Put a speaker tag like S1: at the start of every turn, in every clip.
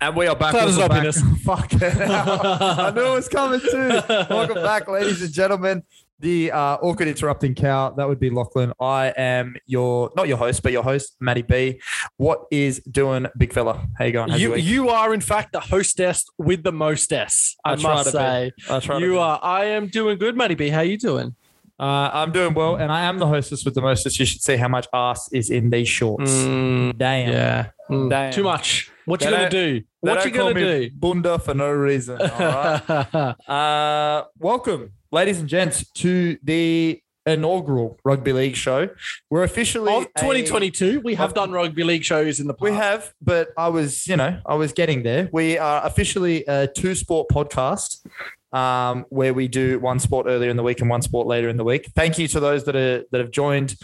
S1: And we are back.
S2: That is
S1: Welcome back.
S2: obvious.
S1: Fuck it. I knew it was coming too. Welcome back, ladies and gentlemen. The uh, awkward interrupting cow. That would be Lachlan. I am your not your host, but your host, Matty B. What is doing, big fella? How you going? How's
S2: You
S1: your week?
S2: you are in fact the hostess with the mostess. I,
S1: I try to
S2: must
S1: be.
S2: say
S1: I try to
S2: you
S1: be-
S2: are. I am doing good, Matty B. How you doing?
S1: Uh, I'm doing well, and I am the hostess with the mostest. You should see how much ass is in these shorts. Damn.
S2: yeah, Mm.
S1: Damn.
S2: too much. What you
S1: They
S2: gonna do?
S1: They
S2: What
S1: don't
S2: you
S1: call
S2: gonna
S1: me
S2: do?
S1: Bunda for no reason. all right? Uh, welcome, ladies and gents, to the inaugural rugby league show. We're officially
S2: of
S1: a-
S2: 2022, we have
S1: of-
S2: done rugby league shows in the past.
S1: we have, but I was, you know, I was getting there. We are officially a two sport podcast. Um, where we do one sport earlier in the week and one sport later in the week. Thank you to those that are that have joined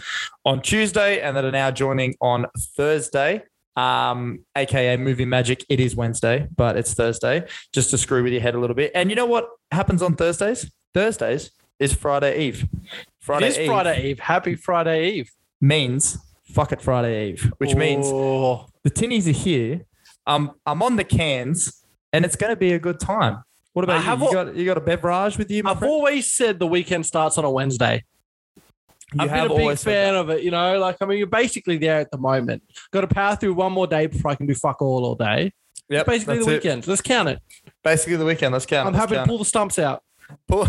S1: on Tuesday and that are now joining on Thursday. Um, aka movie magic. It is Wednesday, but it's Thursday, just to screw with your head a little bit. And you know what happens on Thursdays? Thursdays is Friday Eve.
S2: It
S1: Friday
S2: is
S1: Eve
S2: Friday Eve. Happy Friday Eve.
S1: means fuck it Friday Eve, which means
S2: Oh.
S1: the tinnies are here. Um, I'm on the cans, and it's going to be a good time. What
S2: I
S1: about
S2: have
S1: you?
S2: al-
S1: you, got, you got a beverage with you? My
S2: I've
S1: friend?
S2: always said the weekend starts on a Wednesday.
S1: You
S2: I've been a big fan of it, you know. Like, I mean, you're basically there at the moment. Got to power through one more day before I can do fuck all all day.
S1: Yep,
S2: basically, the
S1: that's it.
S2: weekend. Let's count it.
S1: Basically the weekend. Let's count.
S2: I'm
S1: Let's
S2: happy to
S1: count.
S2: pull the stumps out.
S1: pull,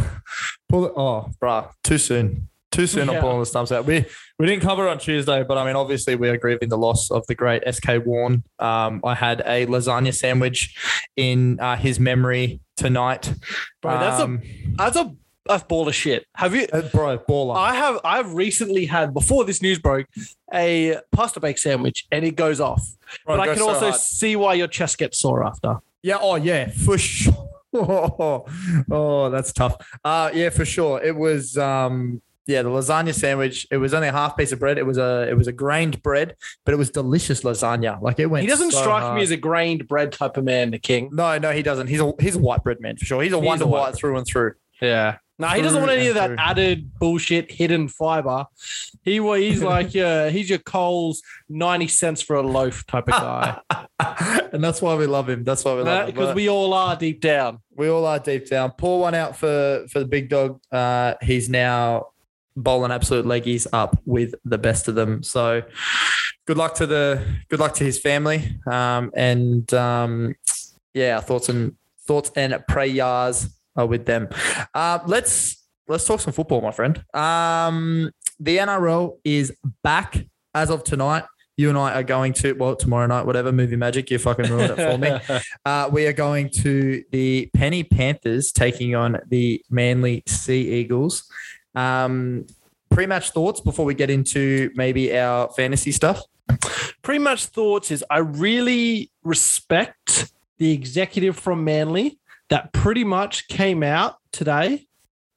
S1: pull it. Oh, bruh, too soon. Too soon
S2: Yeah.
S1: on pulling the stumps out. We we didn't cover it on Tuesday, but I mean, obviously we are grieving the loss of the great SK Warren. Um, I had a lasagna sandwich in uh, his memory tonight.
S2: Bro, that's a- That's a that's ball of shit. Have you?
S1: a uh, bro baller.
S2: I have. I've recently had before this news broke a pasta bake sandwich, and it goes off.
S1: Bro,
S2: but I
S1: go
S2: can
S1: so
S2: also
S1: hard.
S2: see why your chest gets sore after.
S1: Yeah. Oh, yeah, for sure. Oh, that's tough. Uh, yeah, for sure. It was, um, yeah, the lasagna sandwich. It was only a half piece of bread. It was a, it was a grained bread, but it was delicious lasagna. Like it went.
S2: He doesn't
S1: so
S2: strike
S1: hard.
S2: me as a grained bread type of man, the king.
S1: No, no, he doesn't. He's a he's a white bread man for sure. He's a
S2: He's
S1: wonder
S2: a white
S1: white
S2: bread.
S1: through and through.
S2: Yeah. No, Uh, he doesn't
S1: Through
S2: want any of
S1: and
S2: that
S1: through.
S2: added bullshit, hidden fiber. He wa- he's like yeah, he's your Coles ninety cents for a loaf type of guy.
S1: and that's why we love him. That's why we love him.
S2: Because
S1: But
S2: we all are deep down.
S1: we all are deep down. Pour one out for for the big dog. Uh, he's now bowling absolute leggies up with the best of them. So good luck to the good luck to his family. Um, and um, yeah, our thoughts and thoughts and prayers are with them. Uh, let's let's talk some football, my friend. Um, the NRL is back as of tonight. You and I are going to well tomorrow night, whatever movie magic you fucking ruined it for me. Uh, we are going to the Penny Panthers taking on the Manly Sea Eagles. Um, pre-match thoughts before we get into maybe our fantasy stuff.
S2: pretty much thoughts is I really respect the executive from Manly that pretty much came out today.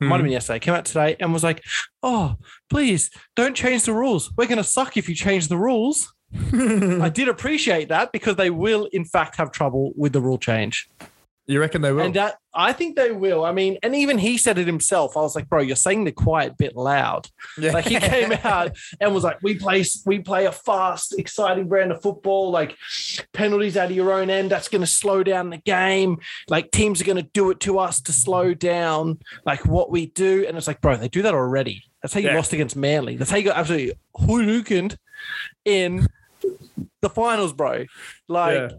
S1: Hmm.
S2: Might have been yesterday. Came out today and was like, "Oh, please don't change the rules. We're gonna suck if you change the rules." I did appreciate that because they will, in fact, have trouble with the rule change,
S1: you reckon they will?
S2: and that I think they will. I mean, and even he said it himself. I was like, "Bro, you're saying the quiet bit loud."
S1: yeah.
S2: Like he came out and was like, "We play, we play a fast, exciting brand of football. Like penalties out of your own end. That's going to slow down the game. Like teams are going to do it to us to slow down like what we do." And it's like, bro, they do that already. That's how you
S1: Yeah.
S2: lost against Manly. That's how you got absolutely hooliganed in the finals, bro. Like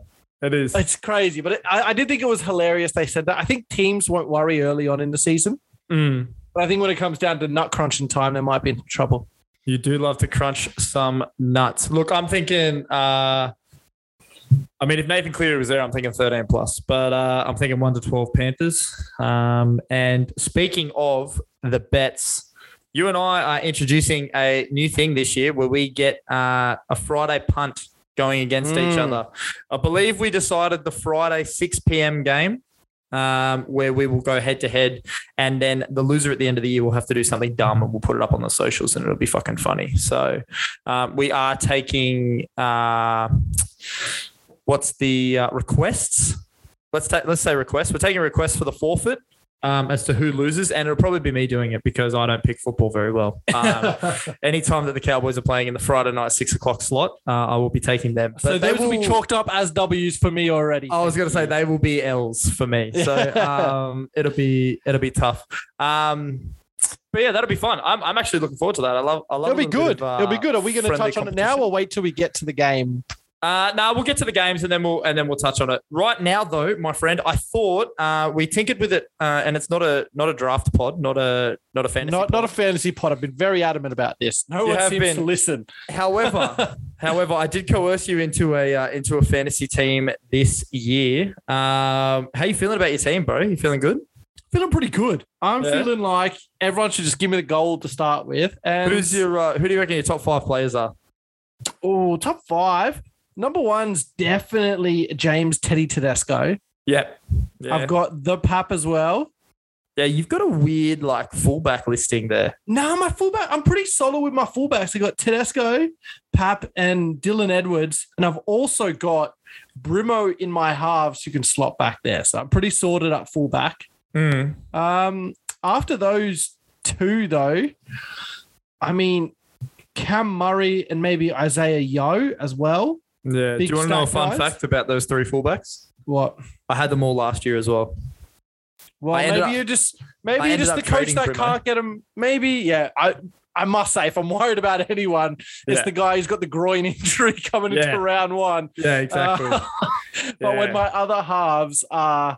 S1: it is.
S2: it's crazy, but it, I, I did think it was hilarious. They said that. I think teams won't worry early on in the season.
S1: Hmm.
S2: But I think when it comes down to nut crunching time, they might be in trouble.
S1: You do love to crunch some nuts. Look, I'm thinking. Uh, I mean, if Nathan Cleary was there, I'm thinking 13 plus, but uh, I'm thinking one to 12 Panthers. Um, and speaking of the bets, you and I are introducing a new thing this year where we get uh, a Friday punt going against each
S2: Mm.
S1: other. I believe we decided the Friday 6 p.m. game. Um, where we will go head to head, and then the loser at the end of the year will have to do something dumb, and we'll put it up on the socials, and it'll be fucking funny. So, um, we are taking uh, what's the uh, requests? Let's take let's say requests. We're taking requests for the forfeit. um, as to who loses, and it'll probably be me doing it because I don't pick football very well. Um, anytime that the Cowboys are playing in the Friday night six o'clock slot, uh, I will be taking them.
S2: so
S1: But they
S2: those will be
S1: will-
S2: chalked up as W's for me already.
S1: I was going to say they will be L's for me. So um, it'll be it'll be tough. Um, but yeah, that'll be fun. I'm, I'm actually looking forward to that. I love I love.
S2: It'll
S1: a
S2: be
S1: little bit
S2: good.
S1: of, uh,
S2: It'll be good. Are we going to
S1: friendly
S2: touch on it now
S1: competition.
S2: or wait till we get to the game?
S1: Uh, no, we'll get to the games and then we'll and then we'll touch on it. Right now, though, my friend, I thought uh, we tinkered with it, uh, and it's not a not a draft pod, not a not a fantasy.
S2: Not
S1: pod.
S2: not a fantasy pot. I've been very adamant about this. No
S1: You
S2: one
S1: have
S2: seems
S1: been.
S2: to listen.
S1: However, however, I did coerce you into a uh, into a fantasy team this year. Um, how you feeling about your team, bro? You feeling good?
S2: Feeling pretty good. I'm
S1: Yeah.
S2: feeling like everyone should just give me the gold to start with. And
S1: Who's your uh, who do you reckon your top five players are?
S2: oh top five? Number one's definitely James Teddy Tedesco.
S1: Yeah. yeah.
S2: I've got the Pap as well.
S1: yeah, you've got a weird like fullback listing there.
S2: No, my fullback. I'm pretty solid with my fullbacks. I got Tedesco, Pap, and Dylan Edwards, and I've also got Brimo in my halves who can slot back there. So I'm pretty sorted up fullback.
S1: Hmm.
S2: Um, after those two, though, I mean Cam Murray and maybe Isaiah Yo as well.
S1: Yeah.
S2: Big
S1: do you want to know a
S2: stack
S1: fun
S2: guys.
S1: fact about those three fullbacks?
S2: What?
S1: I had them all last year as well.
S2: Well,
S1: I ended
S2: maybe
S1: up-
S2: you just
S1: I
S2: maybe you
S1: ended
S2: just
S1: up
S2: the coach
S1: trading
S2: that
S1: Brimo.
S2: can't get him. Maybe yeah. I I must say, if I'm worried about anyone, it's
S1: Yeah.
S2: the guy who's got the groin injury coming
S1: Yeah.
S2: into round one.
S1: Yeah,
S2: Uh, but
S1: Yeah.
S2: when my other halves are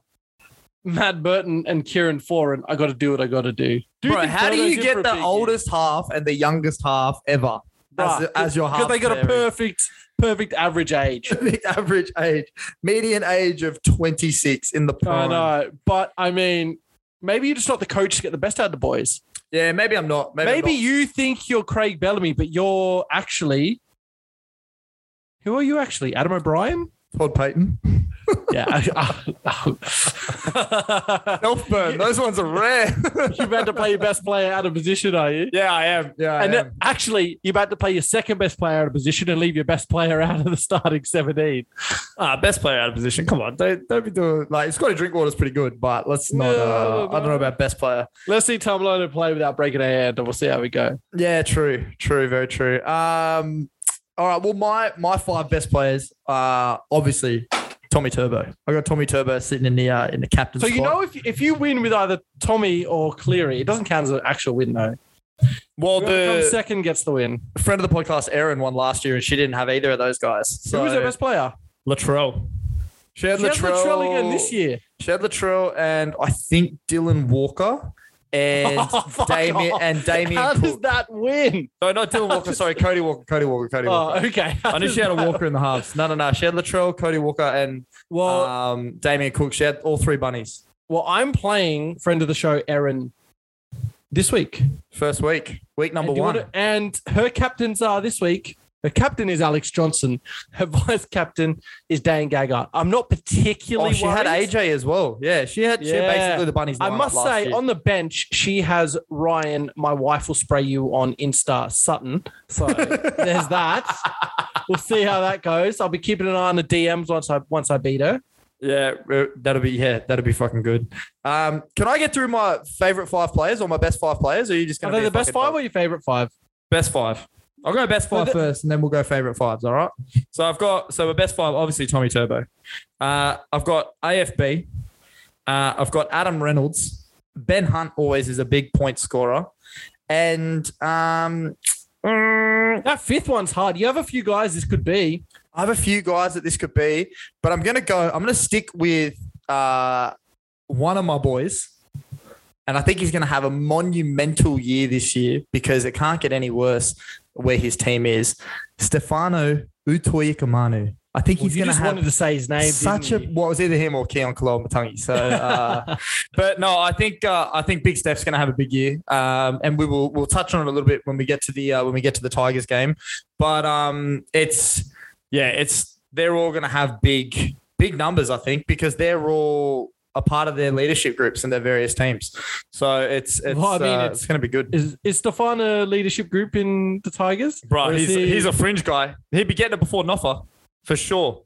S2: Matt Burton and Kieran Foran, I got to do what I got to do. do
S1: Bro,
S2: think
S1: how do you
S2: Dodo's in for
S1: get
S2: a
S1: the
S2: big
S1: oldest half and the youngest half ever
S2: Bruh,
S1: as, as your half?
S2: Because they got a
S1: pairing?
S2: perfect, perfect average age.
S1: perfect average age, median age of 26 in the
S2: I
S1: prime.
S2: know, but I mean, maybe you're just not the coach to get the best out of the boys.
S1: Yeah, maybe I'm not. Maybe,
S2: Maybe,
S1: I'm not.
S2: you think you're Craig Bellamy, but you're actually. Who are you actually? Adam O'Brien?
S1: Todd Payton.
S2: Yeah. I-
S1: Elfburn. Those ones are rare.
S2: You're about to play your best player out of position, are you?
S1: yeah, I am. Yeah, I
S2: and
S1: am.
S2: then, actually, you're about to play your second best player out of position and leave your best player out of the starting 17.
S1: Ah, best player out of position. Come on, don't, don't be doing like Scotty Drinkwater's pretty good, but let's not.
S2: No,
S1: uh,
S2: no,
S1: I don't
S2: no.
S1: know about best player.
S2: Let's see Tom Lono play without breaking a hand, and we'll see how we go.
S1: Yeah, true, true, very true. Um, all right. Well, my my five best players are obviously Tommy Turbo. I got Tommy Turbo sitting in the uh, in the captain's.
S2: So you
S1: spot.
S2: know, if if you win with either Tommy or Cleary, it doesn't count as an actual win though.
S1: well,
S2: Whoever comes
S1: the
S2: second gets the win.
S1: friend of the podcast, Erin, won last year, and she didn't have either of those guys. So
S2: Who was their best player?
S1: Latrell. She had
S2: She had
S1: Latrell,
S2: Latrell again this year.
S1: She had Latrell, and I think Dylan Walker. And
S2: Oh, fuck
S1: Damien
S2: off.
S1: and Damien
S2: How
S1: Cook.
S2: does that win?
S1: No, not Dylan Walker. Sorry, Cody Walker. Cody Walker. Cody Walker.
S2: Oh, okay. How
S1: I knew
S2: does
S1: she had a
S2: that-
S1: Walker in the halves. No, no, no. She had Latrell, Cody Walker, and
S2: Well,
S1: um, Damien Cook. She had all three bunnies
S2: well, I'm playing friend of the show Erin this week.
S1: first week, week number
S2: and you
S1: one.
S2: wanna- and her captains are this week. Her captain is Alex Johnson. Her vice captain is Dan Gagai. I'm not particularly.
S1: oh, she had
S2: worried.
S1: AJ as well. Yeah, she had. She had
S2: Yeah.
S1: basically the bunnies.
S2: I
S1: lineup
S2: must
S1: last
S2: say,
S1: year.
S2: on the bench, she has Ryan. My wife will spray you on Insta Sutton. So there's that. We'll see how that goes. I'll be keeping an eye on the DMs once I once I beat her.
S1: yeah, r- that'll be yeah, that'll be fucking good. Um, can I get through my favorite five players or my best five players? Or are you just
S2: Are
S1: going to
S2: they the best five or your favorite five?
S1: Best five. I'll go best
S2: Well,
S1: five first,
S2: the-
S1: and then we'll go favorite fives. All right. So I've got so a best five, obviously Tommy Turbo. Uh, I've got AFB. Uh, I've got Adam Reynolds. Ben Hunt always is a big point scorer, and um, mm,
S2: That fifth one's hard. You have a few guys. This could be.
S1: I have a few guys that this could be, but I'm gonna go. I'm gonna stick with uh, one of my boys, and I think he's gonna have a monumental year this year because it can't get any worse where his team is. Stefano Utoyakamanu. I think he's
S2: you
S1: gonna
S2: just
S1: have
S2: wanted to say hhis name.
S1: such a
S2: didn't you?
S1: well, it was either him or Keon Kalamatangi. So, uh, but no, I think uh, I think Big Steph's going to have a big year, um, and we will we'll touch on it a little bit when we get to the uh, when we get to the Tigers game. But um, it's yeah, it's they're all going to have big big numbers, I think, because they're all a part of their leadership groups and their various teams. So it's it's
S2: Well, I mean,
S1: uh,
S2: it's-
S1: it's, going to be good.
S2: Is is Stefan a leadership group in the Tigers? Or
S1: Bro,
S2: is
S1: he's,
S2: he-
S1: he's a fringe guy. He'd be getting it before Noffa for sure.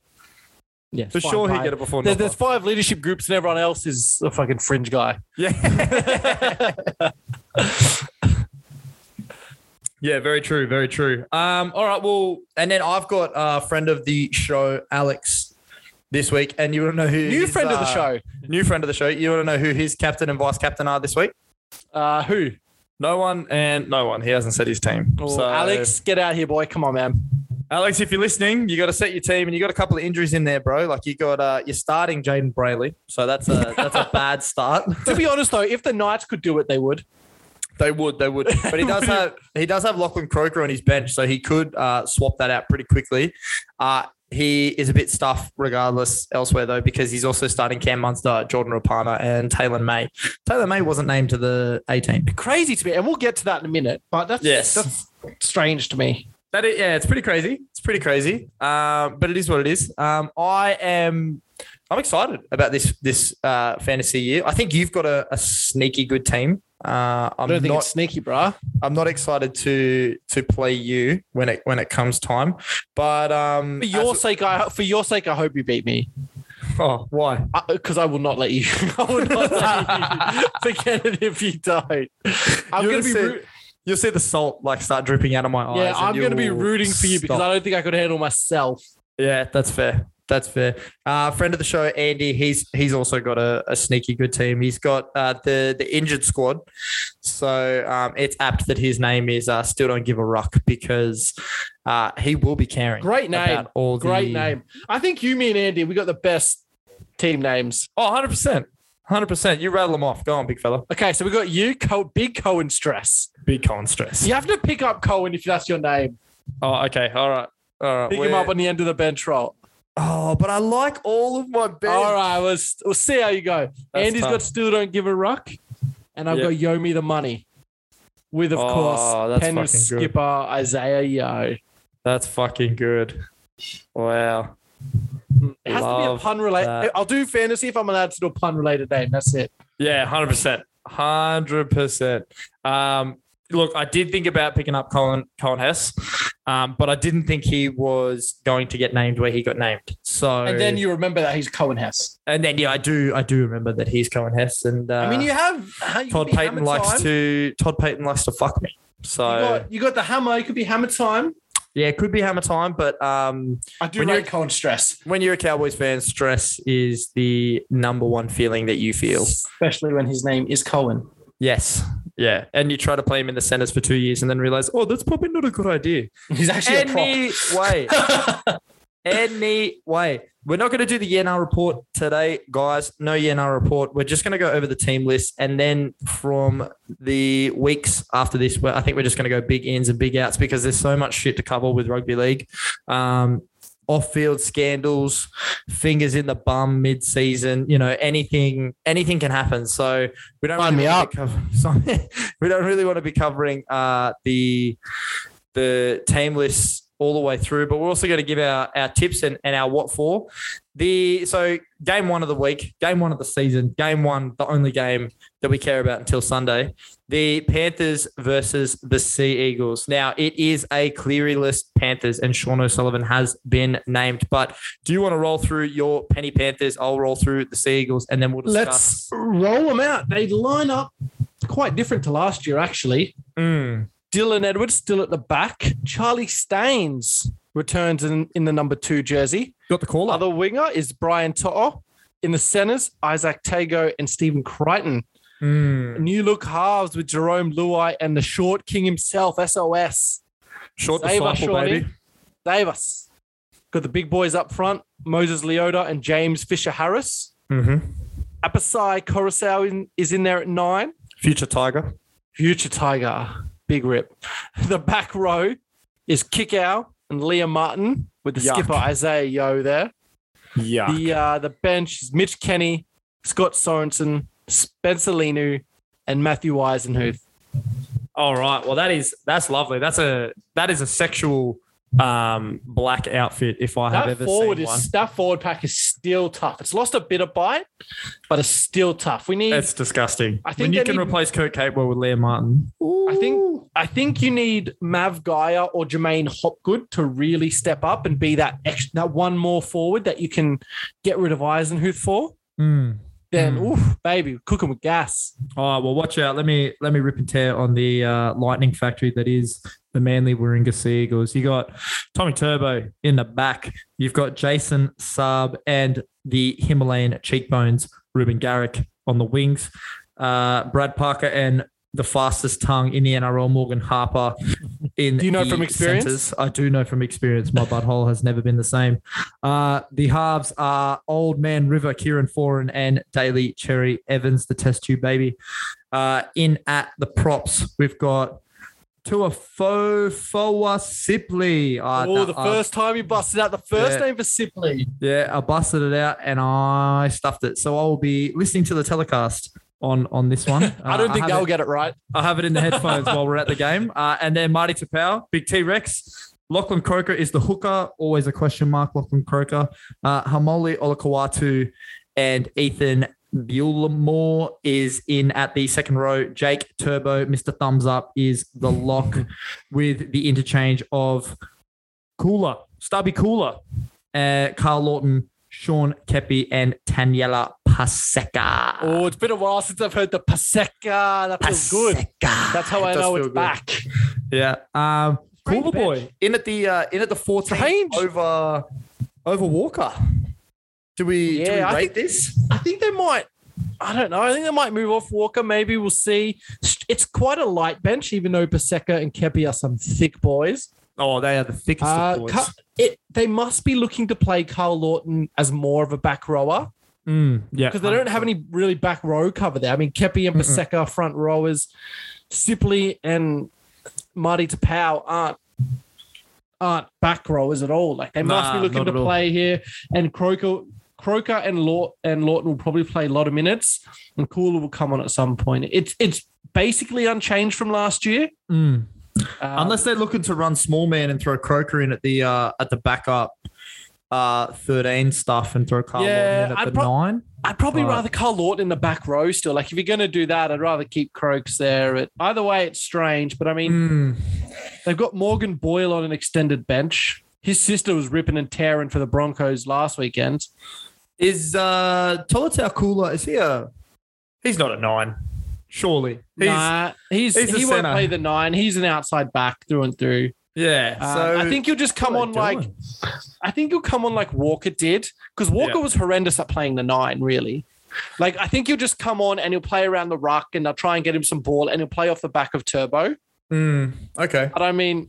S2: Yeah,
S1: For
S2: fine,
S1: sure,
S2: bye.
S1: he'd get it before
S2: There-
S1: Nopper.
S2: there's five leadership groups, and everyone else is a fucking fringe guy.
S1: Yeah. yeah, very true. Very true. Um, all right. Well, and then I've got a friend of the show, Alex, this week. And you want to know who
S2: New
S1: his,
S2: friend of the
S1: uh,
S2: show.
S1: New friend of the show. You want to know who his captain and vice captain are this week?
S2: Uh, who?
S1: No one and no one. He hasn't said his team.
S2: Oh,
S1: So-
S2: Alex, get out here, boy. Come on, man.
S1: Alex, if you're listening, you got to set your team, and you got a couple of injuries in there, bro. Like you got, uh, you're starting Jaden Brayley, so that's a that's a bad start.
S2: to be honest, though, if the Knights could do it, they would.
S1: They would, they would. But he does have he does have Lachlan Croker on his bench, so he could uh, swap that out pretty quickly. Uh, he is a bit stuffed regardless elsewhere though, because he's also starting Cam Munster, Jordan Rapana, and Taylor May. Taylor May wasn't named to the 18.
S2: Crazy to me, and we'll get to that in a minute. But that's
S1: Yes.
S2: that's strange to me.
S1: That is, yeah, it's pretty crazy. It's pretty crazy. Um, but it is what it is. Um, I am I'm excited about this this uh, fantasy year. I think you've got a, a sneaky good team. Uh,
S2: I
S1: I'm
S2: don't think
S1: not
S2: it's sneaky, bruh.
S1: I'm not excited to to play you when it when it comes time, but um,
S2: For your
S1: as-
S2: sake, I for your sake, I hope you beat me
S1: oh, why?
S2: because I, will not let you. I will not let you forget it if you don't. I'm
S1: You're Oh,
S2: going to be.
S1: sick.
S2: Roo-
S1: You'll see the salt like start dripping out of my eyes.
S2: yeah,
S1: and
S2: I'm going to be
S1: you'll
S2: rooting for you because
S1: stop.
S2: I don't think I could handle myself.
S1: yeah, that's fair. That's fair. Uh, friend of the show, Andy. He's he's also got a, a sneaky good team. He's got uh, the the injured squad, so um, it's apt that his name is uh, still don't give a ruck because uh, he will be caring.
S2: Great name.
S1: about all the-
S2: Great name. I think you, me, and Andy, we got the best team names.
S1: Oh, 100 percent, hundred percent. You rattle them off. Go on, big fella.
S2: Okay, so we got you, Co- Big Cohen Stress.
S1: Big con stress.
S2: You have to pick up Cohen if that's your name.
S1: Oh, okay. All right. All right.
S2: Pick him
S1: We're-
S2: up on the end of the bench roll.
S1: oh, but I like all of my bets.
S2: All right, we'll, s- we'll see how you go.
S1: That's
S2: Andy's
S1: tough.
S2: got still don't give a ruck, and I've
S1: Yeah.
S2: got yo me the money. With of
S1: Oh,
S2: course
S1: that's
S2: Penn
S1: fucking good.
S2: skipper Isaiah Yo.
S1: That's fucking good. Wow.
S2: It has to be a
S1: Love
S2: pun related.
S1: that.
S2: I'll do fantasy if I'm allowed to do a pun related name. That's it.
S1: Yeah, hundred percent. Hundred percent. Um, look, I did think about picking up Colin Colin Hess, um, but I didn't think he was going to get named where he got named. So
S2: And then you remember that he's Cohen Hess.
S1: and then yeah, I do I do remember that he's Colin Hess, and uh,
S2: I mean, you have you could
S1: Todd
S2: be
S1: Payton
S2: hammer
S1: likes
S2: time.
S1: to Todd Payton likes to fuck me.
S2: You
S1: So
S2: got, you got the hammer. It could be hammer time.
S1: yeah, it could be hammer time, but um,
S2: I do
S1: When you-
S2: rate Cohen stress,
S1: when you're a Cowboys fan, stress is the number one feeling that you feel.
S2: especially when his name is Cohen.
S1: Yes. Yeah. And you try to play him in the centers for two years and then realize, oh, that's probably not a good idea. oh.
S2: He's actually a prop.
S1: Anyway. anyway. We're not going to do the YNR report today, guys. No YNR report. We're just going to go over the team list. And then from the weeks after this, well, I think we're just going to go big ins and big outs because there's so much shit to cover with rugby league. Um, off field scandals, fingers in the bum mid season, you know, anything, anything can happen. So we don't
S2: Sign
S1: really
S2: me
S1: want
S2: up.
S1: To cover, sorry, we don't really want to be covering uh, the the team lists all the way through, but we're also going to give our, our tips and, and our what for. The so game one of the week, game one of the season, game one, the only game that we care about until Sunday. The Panthers versus the Sea Eagles. Now it is a Cleary-less Panthers, and Sean O'Sullivan has been named. But do you want to roll through your Penny Panthers? I'll roll through the Sea Eagles, and then we'll discuss.
S2: Let's roll them out. They line up quite different to last year, actually.
S1: Mm,
S2: Dylan Edwards still at the back. Charlie Staines returns in, in the number two jersey.
S1: got the call
S2: Other winger is Brian To'o. In the centres, Isaac Tago and Stephen Crichton.
S1: Mm.
S2: New look halves with Jerome Luai and the short king himself, SOS.
S1: Short
S2: Save us,
S1: disciple,
S2: Shawnee.
S1: baby.
S2: Save us. Got the big boys up front, Moses Leota and James Fisher Harris.
S1: Mm-hmm.
S2: Apasai Coruscant in- is in there at nine.
S1: Future Tiger.
S2: Future Tiger, big rip. The back row is Kickow and Liam Martin with the
S1: Yuck.
S2: skipper Isaiah Yo there.
S1: Yeah.
S2: The uh, the bench is Mitch Kenny, Scott Sorensen, Spencer Linu, and Matthew Eisenhuth.
S1: All right. Well, that is that's lovely. That's a that is a sexual um black outfit if I have
S2: That
S1: ever
S2: forward
S1: seen
S2: is
S1: one.
S2: that forward pack is still tough. It's lost a bit of bite, but it's still tough. We need.
S1: It's disgusting.
S2: I
S1: I
S2: think
S1: think when you
S2: they
S1: can
S2: need-
S1: replace Kurt Capewell with Liam Martin.
S2: I think I think you need Mav Gaia or Jermaine Hopgood to really step up and be that extra, that one more forward that you can get rid of Eisenhuth for. Then,
S1: Mm.
S2: oof, baby, cooking with gas.
S1: Oh well, watch out. Let me let me rip and tear on the uh, lightning factory that is the Manly Warringah Sea Eagles. You got Tommy Turbo in the back. You've got Jason Saab and the Himalayan cheekbones Ruben Garrick on the wings. Uh, Brad Parker and the fastest tongue in the NRL, Morgan Harper. In
S2: Do you know
S1: the
S2: from experience?
S1: centres. I do know from experience. My butthole has never been the same. Uh, the halves are Old Man River, Kieran Foran, and Daily Cherry Evans, the test tube baby. Uh, in at the props, we've got Tua Foa Sipley. Uh,
S2: oh,
S1: no,
S2: the
S1: I-
S2: first time you busted out the first
S1: Yeah.
S2: name for Sipley.
S1: yeah, I busted it out and I stuffed it. So I will be listening to the telecast on on this one.
S2: I don't
S1: Uh,
S2: think
S1: have
S2: they'll
S1: it-
S2: get it right.
S1: I have it in the headphones while we're at the game. Uh, and then Marty Tapau, Big T Rex. Lachlan Croker is the hooker, always a question mark. Lachlan Croker, uh, Hamoli Olakawatu, and Ethan Buelemore is in at the second row. Jake Turbo, Mr. Thumbs Up, is the lock with the interchange of Cooler, Stubby Cooler, uh, Carl Lawton, Sean Kepi, and Taniela Paseka.
S2: Oh, it's been a while since I've heard the Paseka. That feels good.
S1: Paseka.
S2: That's how I
S1: It does
S2: know
S1: feel
S2: it's
S1: good.
S2: back.
S1: Yeah. Um,
S2: Strange
S1: Cooler boy
S2: bench.
S1: in at the uh, in at the 14
S2: Strange.
S1: over over Walker. Do we do we
S2: Yeah, I
S1: rate this?
S2: I think they might. I don't know. I think they might move off Walker. Maybe we'll see. It's quite a light bench, even though Paseka and Kepi are some thick boys.
S1: Oh, they are the thickest
S2: Uh,
S1: of boys.
S2: Ca- it, they must be looking to play Carl Lawton as more of a back rower
S1: Mm, yeah,
S2: because they don't have any really back row cover there. I mean, Kepi and
S1: Mm-mm.
S2: Paseka are front rowers. Sipley and Marty Tapau aren't aren't back rowers at all. Like they must
S1: Nah,
S2: be looking
S1: not
S2: to
S1: at all.
S2: play here. And Croker, Croker and Law and Lawton will probably play a lot of minutes, and Cooler will come on at some point. It's it's basically unchanged from last year.
S1: Mm.
S2: Um,
S1: Unless they're looking to run small man and throw Croker in at the uh, at the backup uh, 13 stuff and throw Carl
S2: Yeah,
S1: Lawton in at
S2: I'd
S1: the
S2: prob-
S1: nine.
S2: I'd probably
S1: Right.
S2: rather Carl Lawton in the back row still. Like if you're going to do that, I'd rather keep Croaks there. It, either way, it's strange. But I mean,
S1: Mm.
S2: They've got Morgan Boyle on an extended bench. His sister was ripping and tearing for the Broncos last weekend.
S1: Is uh Tolotau Cooler? Is he a? He's not a nine, surely. He's,
S2: nah, he's,
S1: he's a
S2: he won't
S1: centre.
S2: play the nine. He's an outside back through and through.
S1: Yeah,
S2: Um,
S1: so
S2: I think he'll just come
S1: Uh, what
S2: on
S1: are they
S2: like
S1: doing?
S2: I think he'll come on like Walker did because Walker was horrendous at playing the nine. Really, like I think he'll just come on and he'll play around the ruck and they'll try and get him some ball and he'll play off the back of Turbo.
S1: Mm, okay.
S2: But I mean,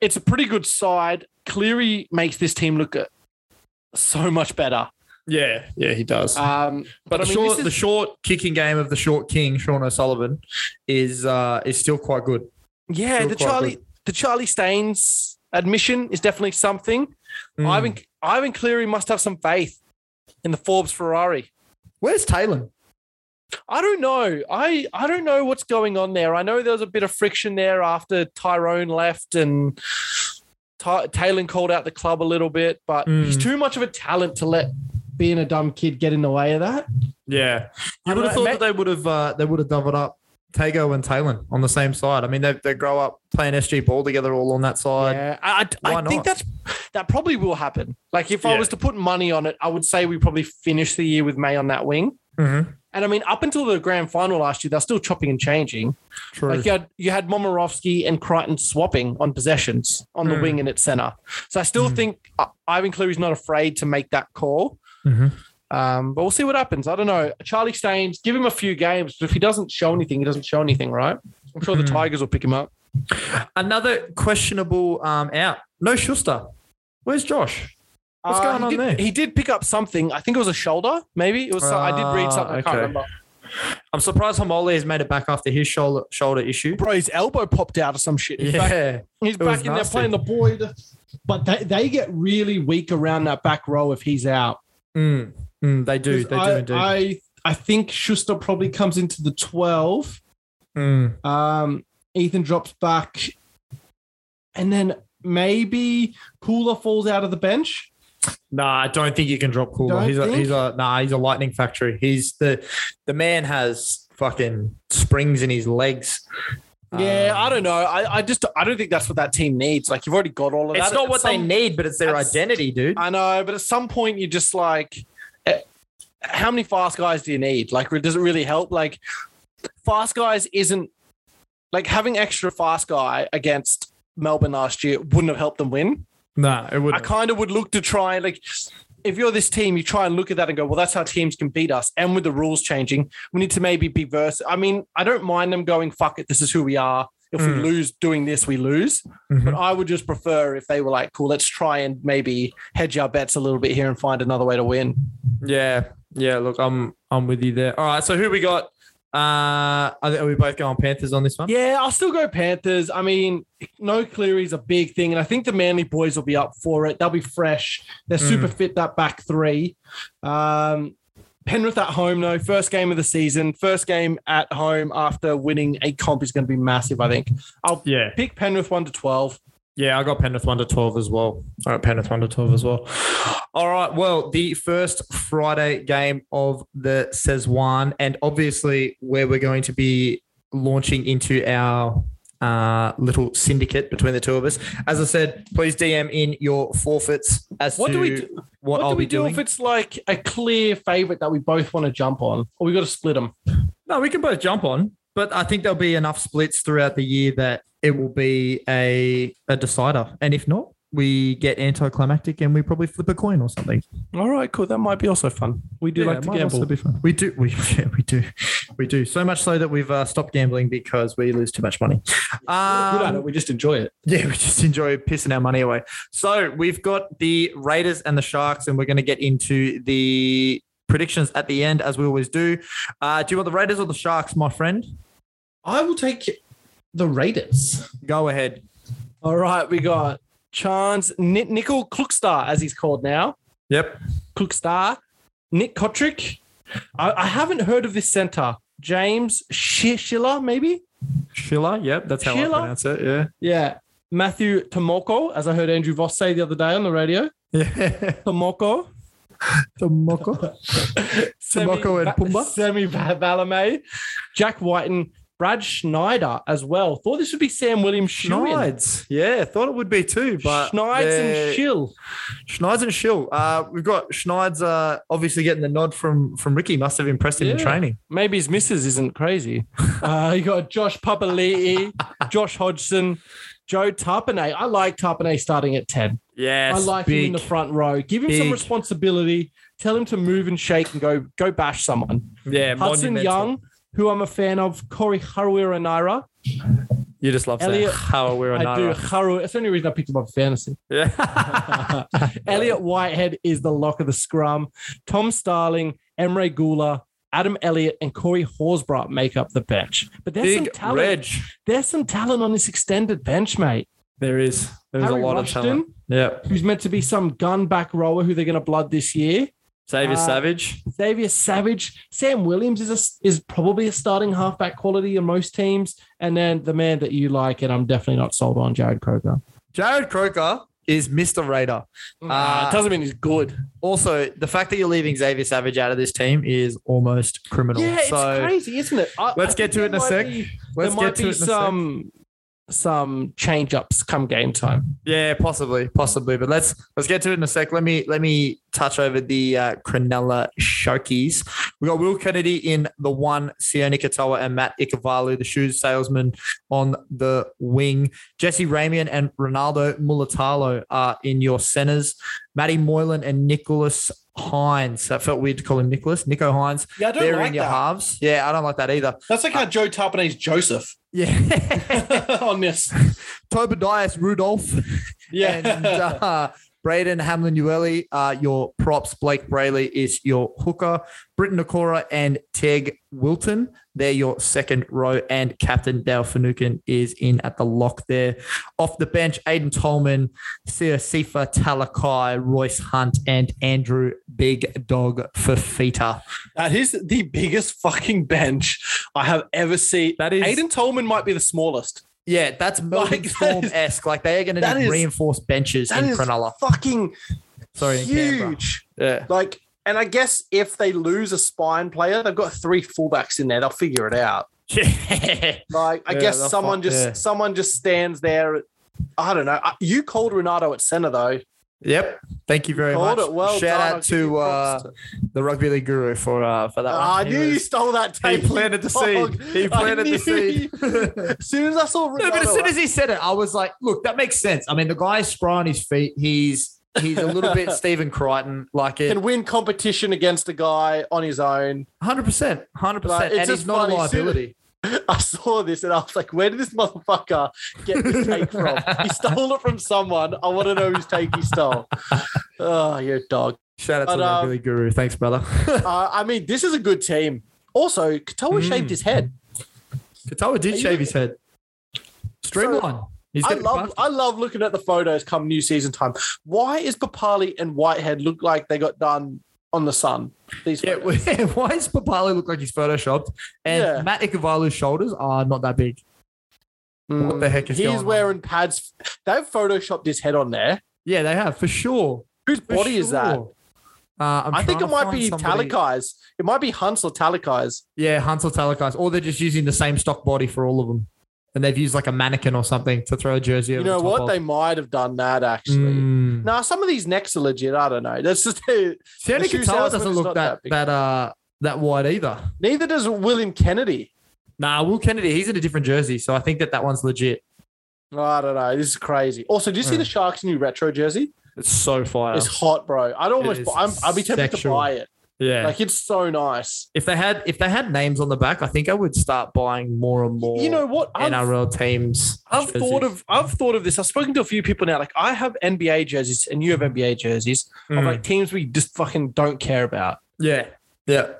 S2: it's a pretty good side. Cleary makes this team look uh, so much better.
S1: Yeah, yeah, he does.
S2: Um,
S1: But,
S2: I
S1: the
S2: mean,
S1: short,
S2: this is-
S1: the short kicking game of the short king, Sean O'Sullivan, is uh, is still quite good.
S2: Yeah,
S1: Still
S2: the
S1: quite
S2: Charlie the Charlie Staines admission is definitely something.
S1: Hmm. Mm.
S2: Ivan Ivan Cleary must have some faith in the Forbes Ferrari.
S1: Where's Taylor?
S2: I don't know. I I don't know what's going on there. I know there was a bit of friction there after Tyrone left and Ty- Talon called out the club a little bit, but he's
S1: Mm.
S2: too much of a talent to let being a dumb kid get in the way of that.
S1: Yeah,
S2: I
S1: you would have
S2: don't know,
S1: thought that they would have uh, they would have doubled up Tago and Taylor on the same side. I mean, they, they grow up playing SG ball together all on that side.
S2: Yeah, I, I- I
S1: Why not?
S2: think that's that probably will happen. Like if I
S1: Yeah.
S2: was to put money on it, I would say we probably finish the year with May on that wing.
S1: Mm-hmm.
S2: And I mean, up until the grand final last year, they're still chopping and changing.
S1: True.
S2: Like you had you had Momorowski and Crichton swapping on possessions on the
S1: Hmm.
S2: wing and at centre. So I still
S1: Hmm.
S2: think uh, Ivan Cleary's not afraid to make that call.
S1: Mhm.
S2: Um, but we'll see what happens. I don't know. Charlie Staines, give him a few games. But if he doesn't show anything, he doesn't show anything, right? I'm sure the
S1: Hmm.
S2: Tigers will pick him up.
S1: Another questionable um, out. No Schuster. Where's Josh? What's going
S2: Uh, he
S1: on
S2: did,
S1: there?
S2: He did pick up something. I think it was a shoulder, maybe. It was. some- I did read
S1: Ah,
S2: something. I can't
S1: okay.
S2: remember.
S1: I'm surprised Homoli has made it back after his shoulder shoulder issue.
S2: Bro, his elbow popped out or some shit. He's back
S1: Yeah.
S2: He's
S1: was
S2: back in there
S1: nasty.
S2: playing the Boyd. But they, they get really weak around that back row if he's out.
S1: Mm. Mm, they do.
S2: 'Cause
S1: They do
S2: I,
S1: indeed.
S2: I I think Schuster probably comes into the 12.
S1: Mm.
S2: Um, Ethan drops back. And then maybe Cooler falls out of the bench.
S1: Nah, I don't think you can drop Cooler.
S2: Don't
S1: he's a,
S2: think?
S1: he's a nah, he's a lightning factory. He's the the man has fucking springs in his legs.
S2: Yeah,
S1: Um,
S2: I don't know. I, I just I don't think that's what that team needs. Like you've already got all of that.
S1: It's not
S2: At
S1: what they
S2: some-
S1: need, but it's their
S2: that's-
S1: identity, dude.
S2: I know, but at some point you just like, eh, how many fast guys do you need? Like, re- does it really help? Like, fast guys isn't like having extra fast guy against Melbourne last year wouldn't have helped them win.
S1: No, it
S2: I kind of would look to try like. If you're this team, you try and look at that and go, well, that's how teams can beat us. And with the rules changing, we need to maybe be vers. I mean, I don't mind them going, fuck it, this is who we are. If we
S1: Mm.
S2: lose doing this, we lose. But I would just prefer if they were like, cool, let's try and maybe hedge our bets a little bit here and find another way to win.
S1: Yeah, yeah. Look, I'm I'm with you there. All right, so who we got? Uh, are, are we both going Panthers on this one?
S2: Yeah, I'll still go Panthers. I mean, no Cleary's a big thing. And I think the Manly boys will be up for it. They'll be fresh. They're
S1: Mm.
S2: super fit, that back three. Um, Penrith at home, though. First game of the season. First game at home after winning a comp is going to be massive, I think. I'll
S1: Yeah,
S2: pick Penrith 1 to 12.
S1: yeah. I got Penrith one to twelve as well. I got Penrith one to twelve as well. All right. Well, the first Friday game of the Sezwan, and obviously where we're going to be launching into our. Uh, little syndicate between the two of us. As I said, please DM in your forfeits as
S2: What
S1: to
S2: do we do?
S1: what,
S2: What,
S1: I'll
S2: do we
S1: be
S2: do
S1: doing.
S2: if it's like a clear favorite that we both want to jump on? Or we got to split them?
S1: No, we can both jump on, but I think there'll be enough splits throughout the year that it will be a a decider. And if not, we get anticlimactic and we probably flip a coin or something.
S2: All right, cool. That might be also fun. We do
S1: Yeah,
S2: like to
S1: might also
S2: gamble.
S1: be fun. We do. We yeah, we do. We do so much so that we've uh, stopped gambling because we lose too much money.
S3: We're good at
S1: Um,
S3: it. We just enjoy it.
S1: yeah, we just enjoy pissing our money away. So we've got the Raiders and the Sharks, and we're going to get into the predictions at the end as we always do. Uh, do you want the Raiders or the Sharks, my friend?
S3: I will take the Raiders.
S1: Go ahead.
S2: All right, we got Chance Nick Nickel Cookstar, as he's called now.
S1: Yep.
S2: Cookstar, Nick Kotrick. I, I haven't heard of this center. James Sh- Schiller, maybe?
S1: Schiller, yep, that's how
S2: Schiller?
S1: I pronounce it. Yeah,
S2: Yeah. Matthew Tomoko, as I heard Andrew Voss say the other day on the radio.
S1: yeah.
S2: Tomoko.
S1: Tomoko, Tomoko and Pumba.
S2: Semi Valame. Jack Whiten. Brad Schneider as well. Thought this would be Sam Williams Schneid.
S1: Schneids, yeah, thought it would be too, but
S2: Schneids
S1: they're-
S2: and Schill.
S1: Schneids and Schill. Uh, we've got Schneids uh, obviously getting the nod from from Ricky. Must have impressed him in
S2: Yeah.
S1: training.
S2: Maybe his missus isn't crazy. Uh, you got Josh Papali'i, Josh Hodgson, Joe Tarpanay. I like Tarpanay starting at 10.
S1: Yes,
S2: I like him in the front row. Give him
S1: Big.
S2: some responsibility. Tell him to move and shake and go go bash someone.
S1: yeah,
S2: Hudson
S1: monumental.
S2: Young, who I'm a fan of, Corey Haruira Naira.
S1: You just love saying
S2: Elliot-
S1: how we're a
S2: I do
S1: Naira.
S2: Haru. That's the only reason I picked him up for fantasy.
S1: Yeah.
S2: Elliot Whitehead is the lock of the scrum. Tom Starling, Emre Gula, Adam Elliott, and Corey Horsbrough make up the bench. But there's some
S1: Big
S2: talent.
S1: Reg.
S2: there's some talent on this extended bench, mate.
S1: There is. There's
S2: Harry
S1: a lot
S2: Rushton,
S1: of talent. Yeah.
S2: who's meant to be some gun back rower who they're going to blood this year.
S1: Xavier
S2: Uh,
S1: Savage.
S2: Xavier Savage, Sam Williams is a, is probably a starting halfback quality in most teams. And then the man that you like, and I'm definitely not sold on, Jared Croker.
S1: Jared Croker is Mr. Raider.
S2: Ah, it doesn't mean he's good.
S1: Also, the fact that you're leaving Xavier Savage out of this team is almost criminal.
S2: Yeah, it's
S1: so
S2: crazy, isn't it? I-
S1: let's
S2: I
S1: get
S2: think
S1: to it in a
S2: there might
S1: sec.
S2: be-
S1: let's
S2: there might
S1: get to
S2: be
S1: it in a sec.
S2: some some change ups come game time.
S1: Yeah, possibly, possibly. But let's let's get to it in a sec. Let me let me touch over the uh, Cronulla Sharkies. We got Will Kennedy in the one, Sione Katoa and Matt Ikavalu, the shoes salesman, on the wing. Jesse Ramian and Ronaldo Mulatalo are in your centers. Matty Moylan and Nicholas Hines. That felt weird to call him Nicholas. Nico Hines.
S3: Yeah, I
S1: They're in your halves. Yeah, I don't like that either.
S3: That's like how Joe Tarpanay's Joseph
S1: Yeah.
S3: on this.
S1: Tobias Rudolph and uh, Braden Hamlin Ueli are your props. Blake Brayley is your hooker. Britton Nakora and Teg Wilton, they're your second row. And Captain Dale Finucane is in at the lock there. Off the bench, Aiden Tolman, Sia Sifa Talakai, Royce Hunt, and Andrew Big Dog Fafita.
S2: That is the biggest fucking bench I have ever seen.
S1: That is-
S2: Aiden Tolman might be the smallest.
S1: Yeah, that's Melbourne
S2: Like, that
S1: Storm
S2: is-
S1: esque. Like they are going to
S2: that
S1: need
S2: is-
S1: reinforced benches
S2: That
S1: in
S2: is
S1: Cronulla.
S2: fucking
S1: Sorry, in Canberra.
S2: huge.
S1: Yeah.
S2: Like, and I guess if they lose a spine player, they've got three fullbacks in there. They'll figure it out.
S1: Yeah.
S2: Like I
S1: Yeah,
S2: guess
S1: they'll
S2: someone
S1: fuck-
S2: just
S1: yeah.
S2: someone just stands there. I don't know. I- You called Renato at center though.
S1: Yep. Thank you very
S2: Called
S1: much.
S2: it well.
S1: Shout
S2: done. I'll
S1: out
S2: give you
S1: to uh,
S2: props.
S1: the rugby league guru for uh, for that one.
S2: Ah, I
S1: He
S2: knew you
S1: was-
S2: stole that
S1: he
S2: tape.
S1: planted the seed.
S2: dog.
S1: He
S2: I
S1: planted the
S2: knew
S1: seed.
S2: you- As soon as I saw
S1: No,
S2: Renato,
S1: but as soon as he said it, I was like, look, that makes sense. I mean, the guy's spry on his feet. He's he's a little bit Stephen Crichton, like
S2: I
S1: it.
S2: can win competition against a guy on his own.
S1: Hundred percent, hundred
S2: Like,
S1: percent,
S2: it's
S1: and
S2: just
S1: he's not a
S2: funny, see,
S1: liability.
S2: I saw this and I was like, where did this motherfucker get this take from? He stole it from someone. I want to know whose take he stole. Oh, you dog.
S1: Shout out
S2: But,
S1: to the
S2: um,
S1: rugby league guru. Thanks, brother.
S2: Uh, I mean, this is a good team. Also, Katoa
S1: Mm.
S2: shaved his head.
S1: Katoa did
S2: you-
S1: shave his head. Streamline. He's
S2: I
S1: getting
S2: love
S1: fucked.
S2: I love looking at the photos come new season time. Why is Papali and Whitehead look like they got done on the sun? These
S1: Yeah,
S2: photos?
S1: why does Papali look like he's photoshopped? And
S2: Yeah.
S1: Matt Ikavalu's shoulders are not that big. What the heck is
S2: Mm. He's
S1: going on?
S2: wearing pads. They've photoshopped his head on there.
S1: Yeah, they have for sure.
S2: Whose
S1: For
S2: body is that?
S1: sure. Uh, I'm
S2: I think
S1: trying to
S2: it might
S1: find
S2: be
S1: somebody-
S2: Talakai's. It might be Hunts or Talakai's.
S1: Yeah, Hansel Talakai's, or they're just using the same stock body for all of them, and they've used like a mannequin or something to throw a jersey.
S2: You
S1: over the
S2: know
S1: top
S2: what?
S1: of.
S2: They might have done that actually.
S1: Mm.
S2: Nah, some of these necks are legit. I don't know. That's just neither
S1: Sandy
S2: shoe
S1: Katoa
S2: salesman
S1: doesn't
S2: is
S1: look
S2: not
S1: that
S2: that big.
S1: that uh that wide either.
S2: does William Kennedy.
S1: Nah, Will Kennedy, he's in a different jersey, so I think that that one's legit.
S2: I don't know. This is crazy. Also, do you see
S1: Mm.
S2: the Sharks' new retro jersey?
S1: It's so fire.
S2: It's hot, bro. I'd almost.
S1: Uh, is
S2: I'm, I'd be tempted
S1: sexual.
S2: to buy it.
S1: yeah.
S2: Like it's so nice.
S1: if they had if they had names on the back, I think I would start buying more and more.
S2: You know what? I've,
S1: NRL teams.
S2: I've
S1: jerseys.
S2: thought of. I've thought of this. I've spoken to a few people now. Like I have NBA jerseys, and you have NBA jerseys of
S1: Mm.
S2: like teams we just fucking don't care about.
S1: yeah, yeah,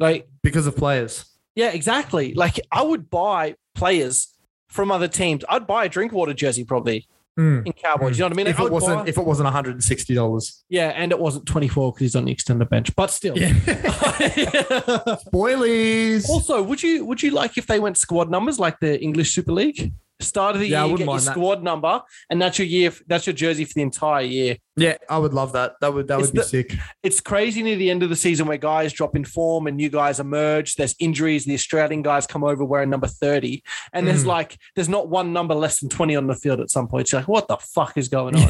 S2: Like
S1: because of players.
S2: Yeah, exactly. Like I would buy players from other teams. I'd buy a Drinkwater jersey probably
S1: Mm.
S2: in Cowboys. You know what I mean?
S1: If
S2: I
S1: it
S2: would
S1: wasn't
S2: buy-
S1: if it wasn't one hundred and sixty dollars.
S2: yeah, and it wasn't 24 because he's on the extended bench, but still.
S1: Yeah. Spoilies.
S2: also, would you would you like if they went squad numbers like the English Super League? Start of the
S1: Yeah, I wouldn't
S2: year, you get your
S1: mind that.
S2: squad number, and that's your year. That's your jersey for the entire year.
S1: Yeah, I would love that. That would that
S2: It's
S1: would be
S2: the-
S1: sick.
S2: It's crazy near the end of the season where guys drop in form and new guys emerge. There's injuries. The Australian guys come over wearing number 30. And there's
S1: Mm.
S2: like, there's not one number less than 20 on the field at some point. You're like, what the fuck is going on?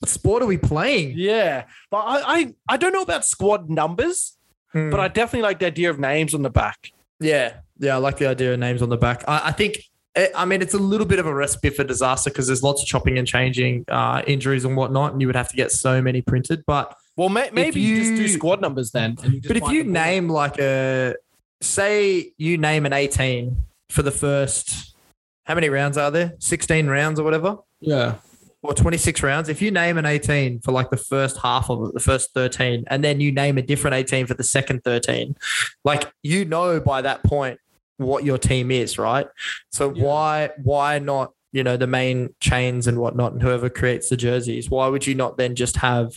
S1: what sport are we playing?
S2: yeah. But I, I, I don't know about squad numbers, but I definitely like the idea of names on the back.
S1: Hmm. yeah, yeah, I like the idea of names on the back. I, I think. eh, I mean, it's a little bit of a recipe for disaster because there's lots of chopping and changing, uh, injuries and whatnot, and you would have to get so many printed. But
S2: Well, may, maybe you, just do
S1: you-
S2: squad numbers then.
S1: but if you name like a, say you name an 18 for the first, how many rounds are there? 16 rounds or whatever.
S2: Yeah.
S1: or 26 rounds, if you name an 18 for like the first half of it, the first 13, and then you name a different 18 for the second 13, like you know by that point what your team is, right? So
S2: Yeah.
S1: why why not, you know, the main chains and whatnot and whoever creates the jerseys, why would you not then just have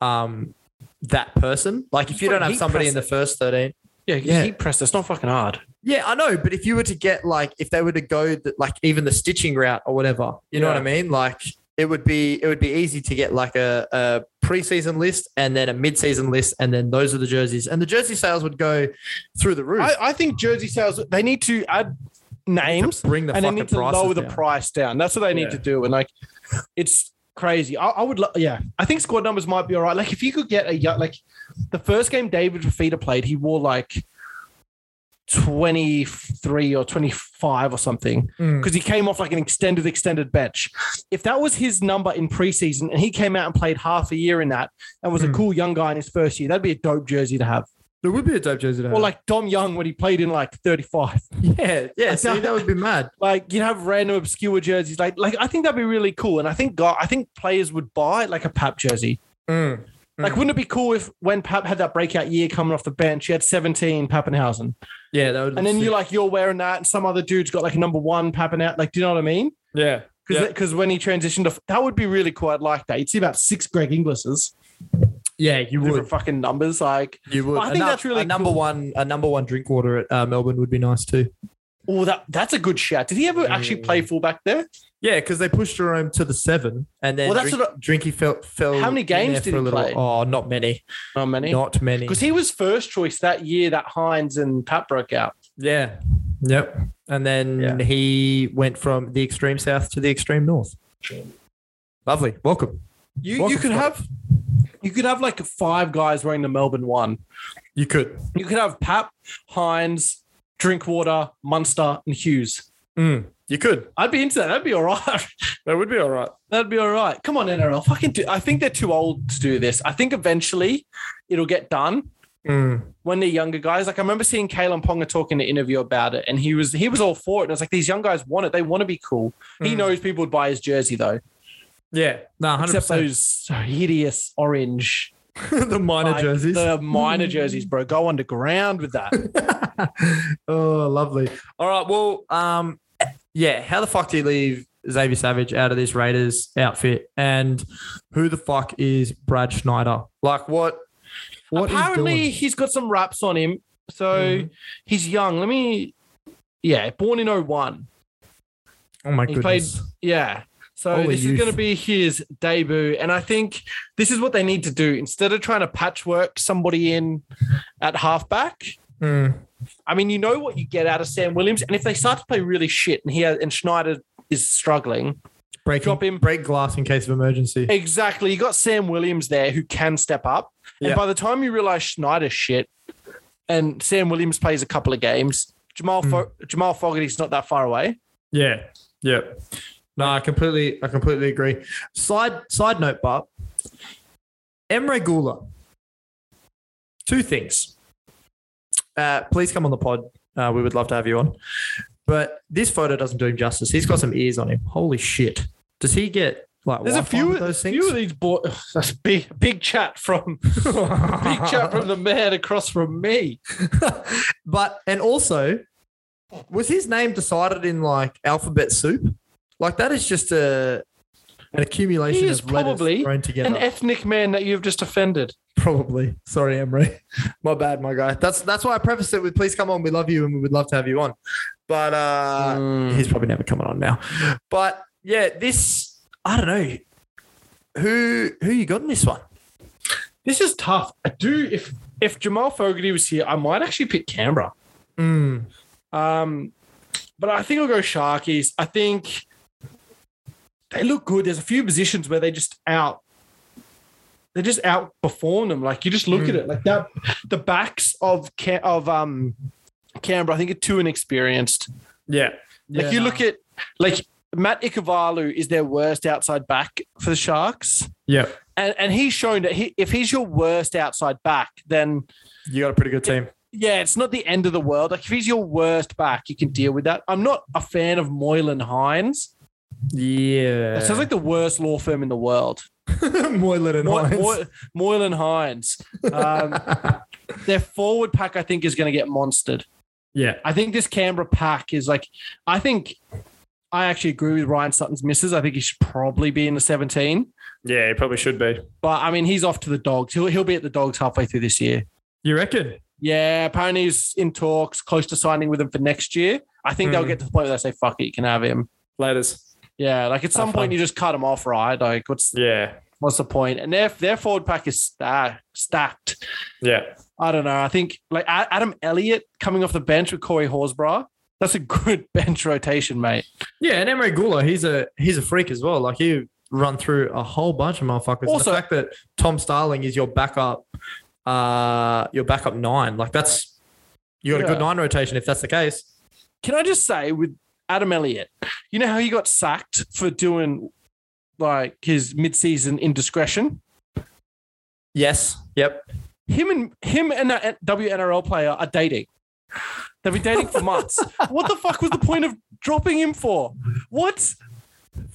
S1: um that person? Like if
S2: Just
S1: you don't
S2: fucking
S1: have
S2: heat
S1: somebody
S2: press
S1: in the first 13,
S2: Yeah. Just
S1: Yeah.
S2: Heat press. That's not fucking hard.
S1: yeah, I know, but if you were to get like if they were to go the, like even the stitching route or whatever, you know
S2: Yeah.
S1: what I mean? Like it would be it would be easy to get like a, a preseason list and then a midseason list and then those are the jerseys and the jersey sales would go through the roof.
S2: I, I think jersey sales, they need to add names.
S1: bring the
S2: and they
S1: fucking
S2: need to
S1: prices
S2: lower the
S1: down.
S2: price down. That's what they need
S1: Yeah.
S2: to do. And like, it's crazy. I, I would, lo- yeah, I think squad numbers might be all right. Like, if you could get a young, like, the first game David Fafita played, he wore like 23 or 25 or something
S1: Mm.
S2: because he came off like an extended, extended bench. If that was his number in preseason and he came out and played half a year in that and was a
S1: Hmm.
S2: cool young guy in his first year, that'd be a dope jersey to have.
S1: There would be a dope jersey to
S2: Or like Dom Young when he played in like 35.
S1: yeah, yeah.
S2: I
S1: See,
S2: know.
S1: that would be mad.
S2: like you'd have random obscure jerseys. Like, like I think that'd be really cool. And I think God, I think players would buy like a Pap jersey.
S1: Mm.
S2: Like,
S1: Mm.
S2: wouldn't it be cool if when Pap had that breakout year coming off the bench, you had 17 Pappenhausen,
S1: Yeah, that would.
S2: and then you like you're wearing that, and some other dude's got like a number one Pappenhausen. Like, do you know what I mean?
S1: yeah,
S2: Because
S1: Yeah.
S2: when he transitioned off, that would be really cool. I'd like that. You'd see about six Greg Inglis's,
S1: yeah. You
S2: different
S1: would,
S2: fucking numbers. Like,
S1: you would.
S2: I think
S1: A nu-
S2: that's really
S1: a number
S2: cool.
S1: one, a number one drink water at uh, Melbourne would be nice too.
S2: oh, that that's a good shout. Did he ever actually play fullback there?
S1: Yeah, because they pushed Jerome to the seven, and then
S2: Well, that's
S1: Drink- Drinky fell, fell.
S2: How many
S1: in there
S2: games
S1: for
S2: did
S1: a
S2: he
S1: little-
S2: play?
S1: Oh, not many,
S2: Not many.
S1: not many.
S2: Because he was first choice that year that Hines and Pat broke out.
S1: Yeah. Yep. And then
S2: Yeah.
S1: he went from the extreme south to the extreme north. Lovely. Welcome.
S2: You you
S1: Welcome,
S2: could
S1: Scott.
S2: have you could have like five guys wearing the Melbourne one.
S1: You could.
S2: You could have Pap, Hines, Drinkwater, Munster, and Hughes.
S1: Mm, you could.
S2: I'd be into that. That'd be all right.
S1: That would be all right.
S2: That'd be all right. Come on, NRL. Fucking do. I think they're too old to do this. I think eventually it'll get done
S1: Mm,
S2: when they're younger guys. Like I remember seeing Kalen Ponga talk in an interview about it, and he was he was all for it. And I was like, these young guys want it. They want to be cool. He
S1: Mm.
S2: knows people would buy his jersey though,
S1: Yeah. No, 100%.
S2: except those hideous orange
S1: the minor
S2: like,
S1: jerseys.
S2: the minor jerseys, bro. Go underground with that.
S1: oh, lovely. All right. Well, um, yeah. How the fuck do you leave Xavier Savage out of this Raiders outfit? And who the fuck is Brad Schneider? Like, what? What is
S2: Apparently,
S1: doing?
S2: he's got some raps on him, so
S1: Mhm.
S2: he's young. Let me, yeah, born in 01.
S1: Oh my
S2: He played-
S1: goodness.
S2: Yeah. So
S1: Holy
S2: this
S1: youth.
S2: is going to be his debut, and I think this is what they need to do instead of trying to patchwork somebody in at halfback.
S1: Mm,
S2: I mean, you know what you get out of Sam Williams, and if they start to play really shit, and he has, and Schneider is struggling,
S1: break
S2: drop him.
S1: Break glass in case of emergency.
S2: exactly. You got Sam Williams there who can step up,
S1: Yeah.
S2: and by the time you realize Schneider's shit, and Sam Williams plays a couple of games, Jamal Fo- Jamal Fogarty's not that far away.
S1: Yeah. Yep. No, I completely, I completely agree. Side side note, but Emre Gula. Two things. Uh, please come on the pod. Uh, we would love to have you on. But this photo doesn't do him justice. He's got some ears on him. Holy shit! Does he get like?
S2: There's a
S1: Wi-Fi
S2: few
S1: with those things.
S2: Few of these boys. That's big, big chat from big chat from the man across from me.
S1: but and also, was his name decided in like alphabet soup? Like that is just a an accumulation
S2: He is
S1: of letters
S2: probably
S1: thrown together.
S2: An ethnic man that you've just offended.
S1: probably. Sorry, Emery. my bad, my guy. That's that's why I prefaced it with "Please come on, we love you, and we would love to have you on." But uh,
S2: Hmm.
S1: he's probably never coming on now. But yeah, this I don't know who who you got in this one.
S2: this is tough. I do. If if Jamal Fogarty was here, I might actually pick Canberra.
S1: Mm,
S2: Um, but I think I'll go Sharkies. I think they look good. There's a few positions where they just out. They just outperform them. Like you just
S1: Mm.
S2: look at it like that. The backs of Ca- of um Canberra, I think, are too inexperienced.
S1: yeah.
S2: Like you look at like Matt Ikavalu is their worst outside back for the Sharks.
S1: Yeah,
S2: And and he's shown that he, if he's your worst outside back, then
S1: you got a pretty good team.
S2: yeah, it's not the end of the world. Like if he's your worst back, you can deal with that. I'm not a fan of Moylan Hines.
S1: Yeah.
S2: It sounds like the worst law firm in the world.
S1: Moylan and
S2: Mo-
S1: Hines.
S2: Mo- Moylan Hines. Um, their forward pack, I think, is going to get monstered.
S1: yeah.
S2: I think this Canberra pack is like, I think I actually agree with Ryan Sutton's misses. I think he should probably be in the 17.
S1: Yeah, it probably should be.
S2: But I mean, he's off to the dogs. He'll, he'll be at the dogs halfway through this year.
S1: You reckon?
S2: Yeah, apparently he's in talks, close to signing with him for next year. I think they'll
S1: Mm.
S2: get to the point where they say, fuck it, you can have him.
S1: Laters.
S2: Yeah, like at some
S1: Have fun.
S2: point you just cut him off, right? Like, what's
S1: Yeah.
S2: what's the point? And their their forward pack is sta- stacked.
S1: Yeah.
S2: I don't know. I think like A- Adam Elliott coming off the bench with Corey Horsbrough, that's a good bench rotation, mate.
S1: Yeah, and Emery Gula, he's a he's a freak as well. Like you run through a whole bunch of motherfuckers. Also,
S2: Also-
S1: the fact that Tom Starling is your backup, uh, your backup nine. Like that's you got a
S2: Yeah.
S1: good nine rotation if that's the case.
S2: Can I just say with Adam Elliott, you know how he got sacked for doing like his mid-season indiscretion?
S1: Yes. Yep.
S2: Him and him and that WNRL player are dating. They've been dating for months. what the fuck was the point of dropping him for? What?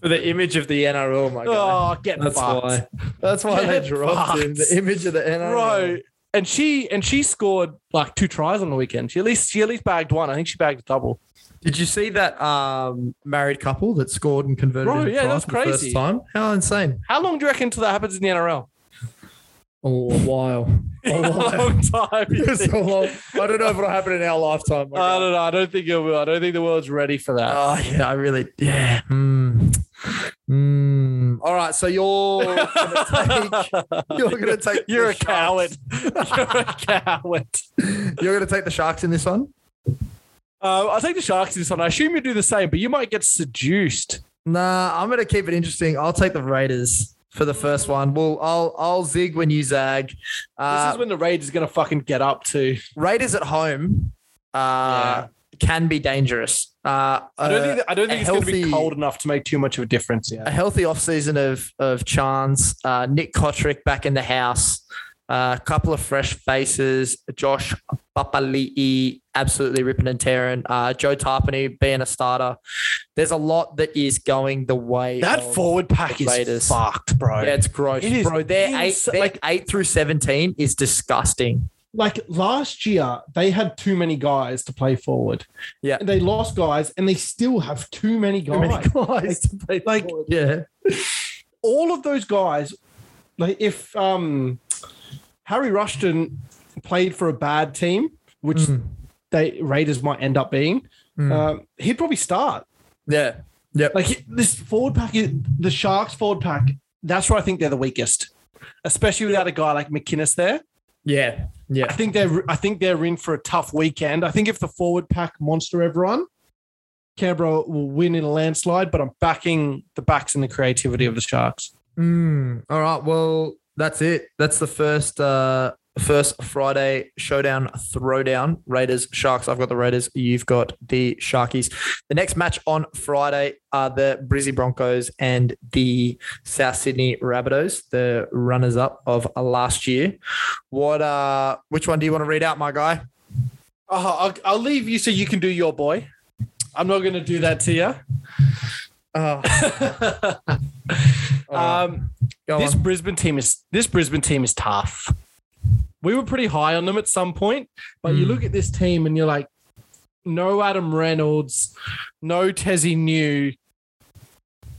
S1: For the image of the NRL, my
S2: Oh, get
S1: that's
S2: fucked.
S1: why. That's why
S2: Get
S1: they dropped him.
S2: fucked.
S1: The image of the NRL.
S2: Bro. And she and she scored like two tries on the weekend. She at least she at least bagged one. I think she bagged a double.
S1: Did you see that um, married couple that scored and converted?
S2: Bro,
S1: into
S2: yeah, that
S1: tries
S2: was
S1: for the First
S2: crazy.
S1: time. How insane!
S2: How long do you reckon until that happens in the NRL?
S1: Oh, a while. A
S2: a
S1: while.
S2: long time. you
S1: It was
S2: think?
S1: a long- I don't know if it'll happen in our lifetime. my
S2: I
S1: God.
S2: don't know. I don't think it will. I don't think the world's ready for that.
S1: Oh yeah, I really yeah. Mm. Mm. All right, so you're gonna take you're gonna take the
S2: You're a
S1: Sharks.
S2: coward. You're a coward.
S1: You're gonna take the sharks in this one.
S2: Uh, I'll take the Sharks in this one. I assume you do the same, but you might get seduced.
S1: Nah, I'm gonna keep it interesting. I'll take the Raiders for the first one. Well, I'll I'll zig when you zag.
S2: this
S1: Uh,
S2: is when the Raiders are going to fucking get up to.
S1: Raiders at home uh, can be dangerous. Uh,
S2: I don't
S1: uh,
S2: think, I don't think
S1: a
S2: it's going to be
S1: healthy-
S2: cold enough to make too much of a difference.
S1: a
S2: Yeah.
S1: healthy offseason of of Chance, uh, Nick Kotrick back in the house, uh, a couple of fresh faces, Josh Papali'i absolutely ripping and tearing, uh, Joe Tarpany being a starter. There's a lot that is going the way.
S2: That
S1: of-
S2: forward pack
S1: the
S2: is
S1: Raiders.
S2: fucked, bro.
S1: Yeah, it's gross,
S2: It is
S1: bro. Their eight,
S2: ins-
S1: their
S2: like-
S1: eight through seventeen is disgusting.
S3: Like last year, they had too many guys to play forward.
S1: Yeah.
S3: And they lost guys and they still have too many guys.
S1: guys to play
S3: like
S1: yeah,
S3: all of those guys, like if um Harry Rushton played for a bad team, which
S1: Mm,
S3: they Raiders might end up being,
S1: mm.
S2: Uh,
S3: um, he'd probably start.
S1: yeah, yep.
S3: Like this forward pack, is, the Sharks forward pack,
S2: That's where I think they're the weakest, especially without a guy like McInnes there.
S1: yeah,
S2: I
S1: yeah,
S2: think they're I think they're in for a tough weekend. I
S3: I think if the forward pack monster everyone, Canberra will win in a landslide, but I'm backing the backs and the creativity of the Sharks.
S1: Mm, all right. Well, that's it. That's the first uh first Friday showdown throwdown. Raiders, Sharks. I've got the Raiders. You've got the Sharkies. The next match on Friday are the Brizzy Broncos and the South Sydney Rabbitohs, the runners up of last year. What uh which one do you want to read out, my guy?
S2: Oh, I'll, I'll leave you so you can do your boy. I'm not going to do that to you.
S1: Uh,
S2: um,
S1: go
S2: this
S1: on.
S2: Brisbane team is this Brisbane team is tough. We were pretty high on them at some point,
S3: But you
S1: Mm.
S3: look at this team and you're like,
S2: no Adam Reynolds, no Tassie New.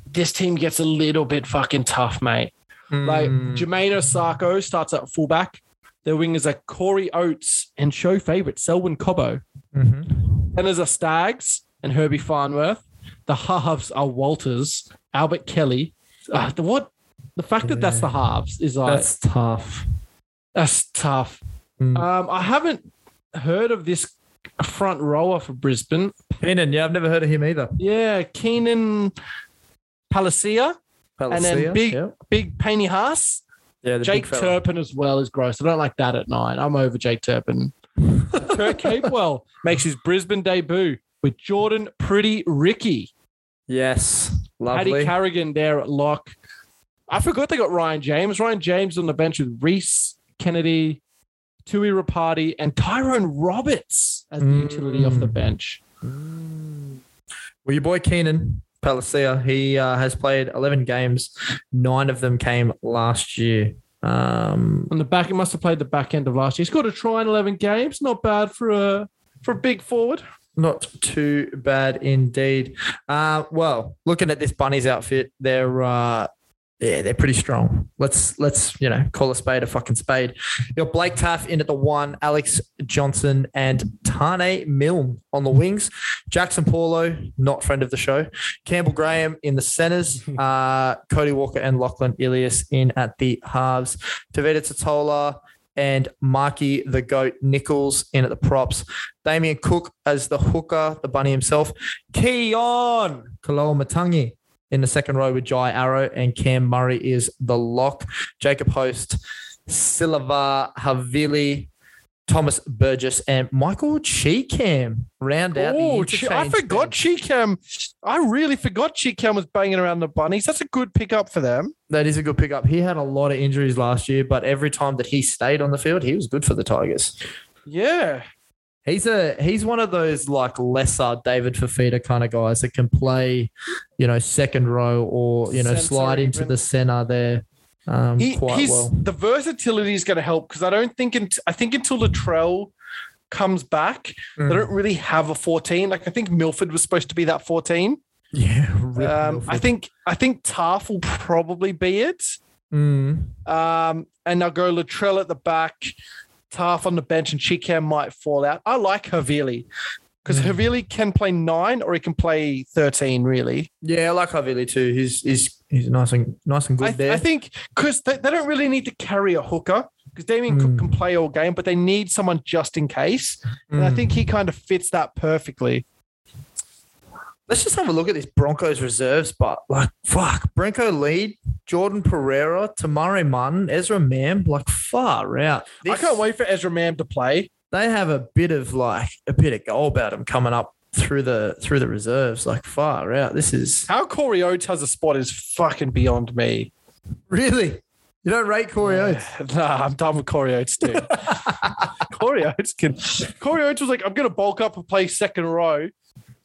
S2: This team gets a little bit fucking tough, mate. Like
S1: Mm.
S2: Jermaine Osako starts at fullback. Their wingers are Corey Oates and show favorite Selwyn Cobbo.
S1: Mhm.
S2: Centers are Stags and Herbie Farnworth. The halves are Walters, Albert Kelly. Uh, the what? The fact that that's the halves is like that's,
S1: that's tough.
S2: tough.
S1: Mm.
S2: Um, I haven't heard of this front rower for Brisbane.
S1: Keenan, yeah, I've never heard of him either.
S2: Yeah, Keenan Palacia, and
S1: Palacia,
S2: then big
S1: yeah,
S2: big Paney Haas.
S1: yeah the big
S2: Jake
S1: fella.
S2: Turpin as well is gross. I don't like that at nine. I'm over Jake Turpin. Kurt Capewell makes his Brisbane debut with Jordan Pretty Ricky.
S1: Yes,
S2: Paddy
S1: lovely.
S2: Carrigan there at lock. I forgot they got Ryan James. Ryan James on the bench with Reese Kennedy, Tui Rapati, and Tyrone Roberts as the utility off the
S1: Mm.
S2: bench.
S1: well, your boy Keenan Palacia, he uh, has played 11 games. Nine of them came last year. Um,
S2: on the back. He must have played the back end of last year. He scored a try in eleven games. Not bad for a for a big forward.
S1: not too bad indeed. Uh, well, looking at this Bunnies outfit, they're uh, yeah, they're pretty strong. Let's let's you know call a spade a fucking spade. You got Blake Taff in at the one, Alex Johnson and Tane Milne on the wings. Jackson Paulo, not friend of the show. Campbell Graham in the centers. Uh, Cody Walker and Lachlan Ilias in at the halves. Tavita Totola and Marky the Goat Nichols in at the props. Damien Cook as the hooker, the bunny himself. Keon Kaloa Matangi in the second row with Jai Arrow, and Cam Murray is the lock. Jacob Host, Silva Havili, Thomas Burgess, and Michael Cheekham round out. the
S2: Oh, Chi- I
S1: interchange
S2: forgot
S1: bench.
S2: Cheekham. I really forgot Cheekham was banging around the bunnies. That's a good pickup for them.
S1: That is a good pickup. He had a lot of injuries last year, but every time that he stayed on the field, he was good for the Tigers.
S2: Yeah,
S1: He's a he's one of those like lesser David Fafita kind of guys that can play, you know, second row or you know
S2: Centre
S1: slide into
S2: even.
S1: the center there um,
S2: he,
S1: quite
S2: he's
S1: well.
S2: the versatility is going to help because I don't think in, I think until Latrell comes back, they
S1: Mm.
S2: don't really have a fourteen. Like I think Milford was supposed to be that fourteen.
S1: Yeah,
S2: Um, I think I think Taff will probably be it.
S1: Mm.
S2: Um, and I'll go Latrell at the back, Taff on the bench, and Chikam might fall out. I like Havili because
S1: Mm.
S2: Havili can play nine or he can play 13, really.
S1: yeah, I like Havili too. He's he's he's nice and nice and good
S2: I,
S1: there.
S2: I think because they, they don't really need to carry a hooker. because Damien Cook
S1: Mm.
S2: can play all game, but they need someone just in case. And I
S1: Mm.
S2: think he kind of fits that perfectly.
S1: Let's just have a look at this Broncos reserve spot. Like, fuck. Bronco lead, Jordan Pereira, Tamari Martin, Ezra Mam. Like, far out.
S2: I can't wait for Ezra Mam to play.
S1: They have a bit of like a bit of goal about them coming up through the through the reserves. Like, far out. This is
S2: How Corey Oates has a spot is fucking beyond me.
S1: really. You don't rate Corey Oates.
S2: Nah, I'm done with Corey Oates, dude. Corey Oates can. Corey Oates was like, I'm going to bulk up and play second row.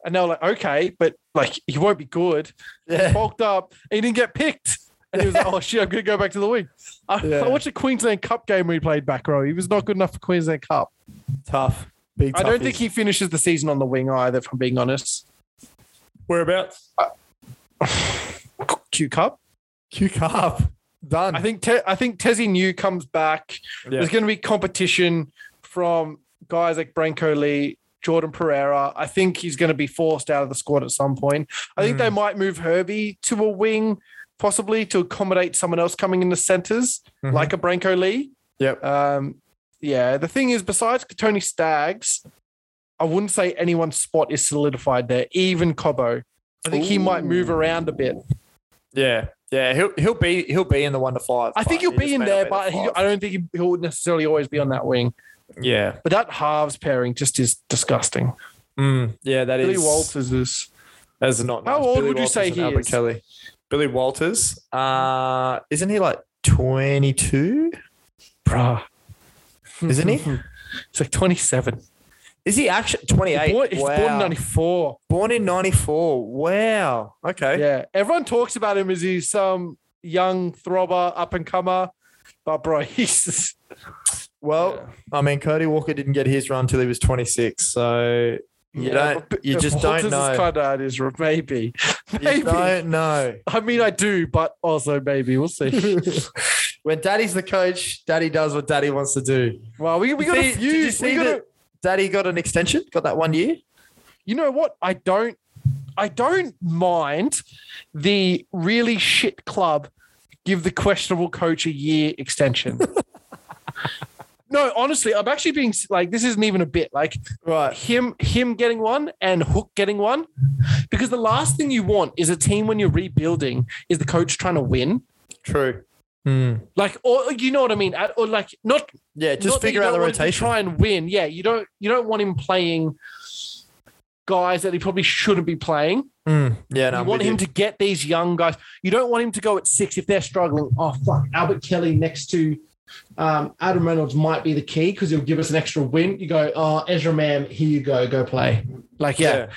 S2: And they were like, okay, but like, he won't be good.
S1: Yeah.
S2: bulked up and he didn't get picked. And he was like, oh shit, I'm going to go back to the wing. I,
S1: Yeah.
S2: I watched a Queensland Cup game where he played back row. He was not good enough for Queensland Cup.
S1: Tough. Big
S2: I don't think he finishes the season on the wing either, if I'm being honest.
S1: whereabouts.
S2: Q Cup.
S1: Q Cup. Done.
S2: I think Te- I think Tezzy New comes back.
S1: Yeah.
S2: There's going to be competition from guys like Branko Lee, Jordan Pereira. I think he's going to be forced out of the squad at some point. I think
S1: Mm.
S2: they might move Herbie to a wing, possibly to accommodate someone else coming in the centers,
S1: Mhm.
S2: like a Branko Lee.
S1: Yep.
S2: Um, yeah. The thing is, besides Tony Staggs, I wouldn't say anyone's spot is solidified there, even Cobo. I think he might move around a bit.
S1: Yeah. Yeah. He'll he'll be he'll be in the one to five.
S2: I think
S1: but
S2: he'll
S1: just
S2: be in
S1: may not
S2: there,
S1: the
S2: but he,
S1: five.
S2: I don't think he, he'll necessarily always be on that wing.
S1: yeah.
S2: But that halves pairing just is disgusting.
S1: Mm, yeah, that is.
S2: Billy Walters is.
S1: That's not.
S2: How
S1: nice.
S2: old
S1: Billy
S2: would you say
S1: and
S2: he
S1: Albert
S2: is?
S1: Kelly. Billy Walters. Uh, isn't he like twenty two?
S2: Bruh.
S1: Isn't he?
S2: He's like 27.
S1: Is he actually twenty eight?
S2: Born, he's born in 94.
S1: Born in ninety four. Wow. Okay.
S2: Yeah. Everyone talks about him as he's some young throbber, up and comer. But, bro, he's.
S1: Well, I mean, Cody Walker didn't get his run till he was twenty six. So you don't. You just don't
S2: Is
S1: know.
S2: kind of, is, maybe.
S1: You
S2: Maybe.
S1: don't know.
S2: I mean, I do, but also maybe. We'll see.
S1: when daddy's the coach, daddy does what daddy wants to do.
S2: well, we, we got
S1: See-
S2: a
S1: did
S2: few.
S1: you
S2: we
S1: see
S2: got a-
S1: that daddy got an extension? Got that one year?
S2: you know what? I don't I don't mind the really shit club give the questionable coach a year extension. no, honestly, I'm actually being like this isn't even a bit like
S1: Right.
S2: him him getting one and Hook getting one because the last thing you want is a team when you're rebuilding is the coach trying to win.
S1: True. Hmm.
S2: Like or you know what I mean? At- Or like not
S1: Yeah, just
S2: not that
S1: figure
S2: you
S1: out the
S2: don't want him to
S1: rotation.
S2: Try and win. Yeah, you don't you don't want him playing guys that he probably shouldn't be playing.
S1: Mm, yeah, no,
S2: you
S1: I'm
S2: want
S1: with
S2: him to get these young guys. You don't want him to go at six if they're struggling. Oh fuck, Albert Kelly next to um, Adam Reynolds might be the key because he'll give us an extra win. You go, oh Ezra Mam, here you go, go play. Like yeah,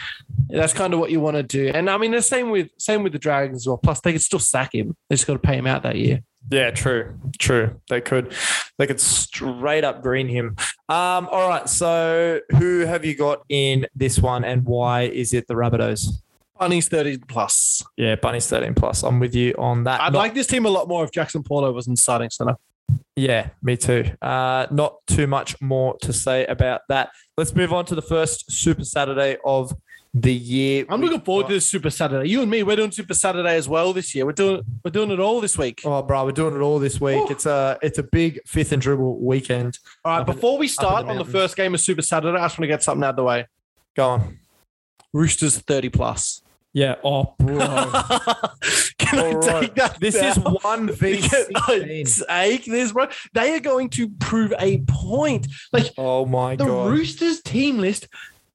S2: that's kind of what you want to do. And I mean the same with same with the Dragons as well. Plus they could still sack him. They just got to pay him out that year.
S1: yeah, true, true. They could, they could straight up green him. Um, all right. So who have you got in this one, and why is it the Rabbitohs?
S2: Bunny's thirty plus.
S1: Yeah, Bunny's thirteen plus. I'm with you on that.
S2: I'd
S1: Not-
S2: like this team a lot more if Jackson Paulo was in starting center.
S1: Yeah, me too. Uh, not too much more to say about that. Let's move on to the first Super Saturday of the year.
S2: I'm
S1: We've
S2: looking forward
S1: got-
S2: to this Super Saturday. You and me, we're doing Super Saturday as well this year. We're doing we're doing it all this week.
S1: Oh, bro, we're doing it all this week.
S2: Ooh.
S1: It's a it's a big fifth and dribble weekend.
S2: All right,
S1: Up in-
S2: before we start on the
S1: mountains.
S2: first game of Super Saturday, I just want to get something out of the way.
S1: Go on.
S2: Roosters 30 plus.
S1: Yeah. Oh, bro.
S2: Can
S1: All
S2: I
S1: right.
S2: take that?
S1: this
S2: down?
S1: is one v
S2: Can I
S1: sixteen.
S2: take this, bro. They are going to prove a point. Like
S1: Oh my
S2: the
S1: god.
S2: Roosters team list,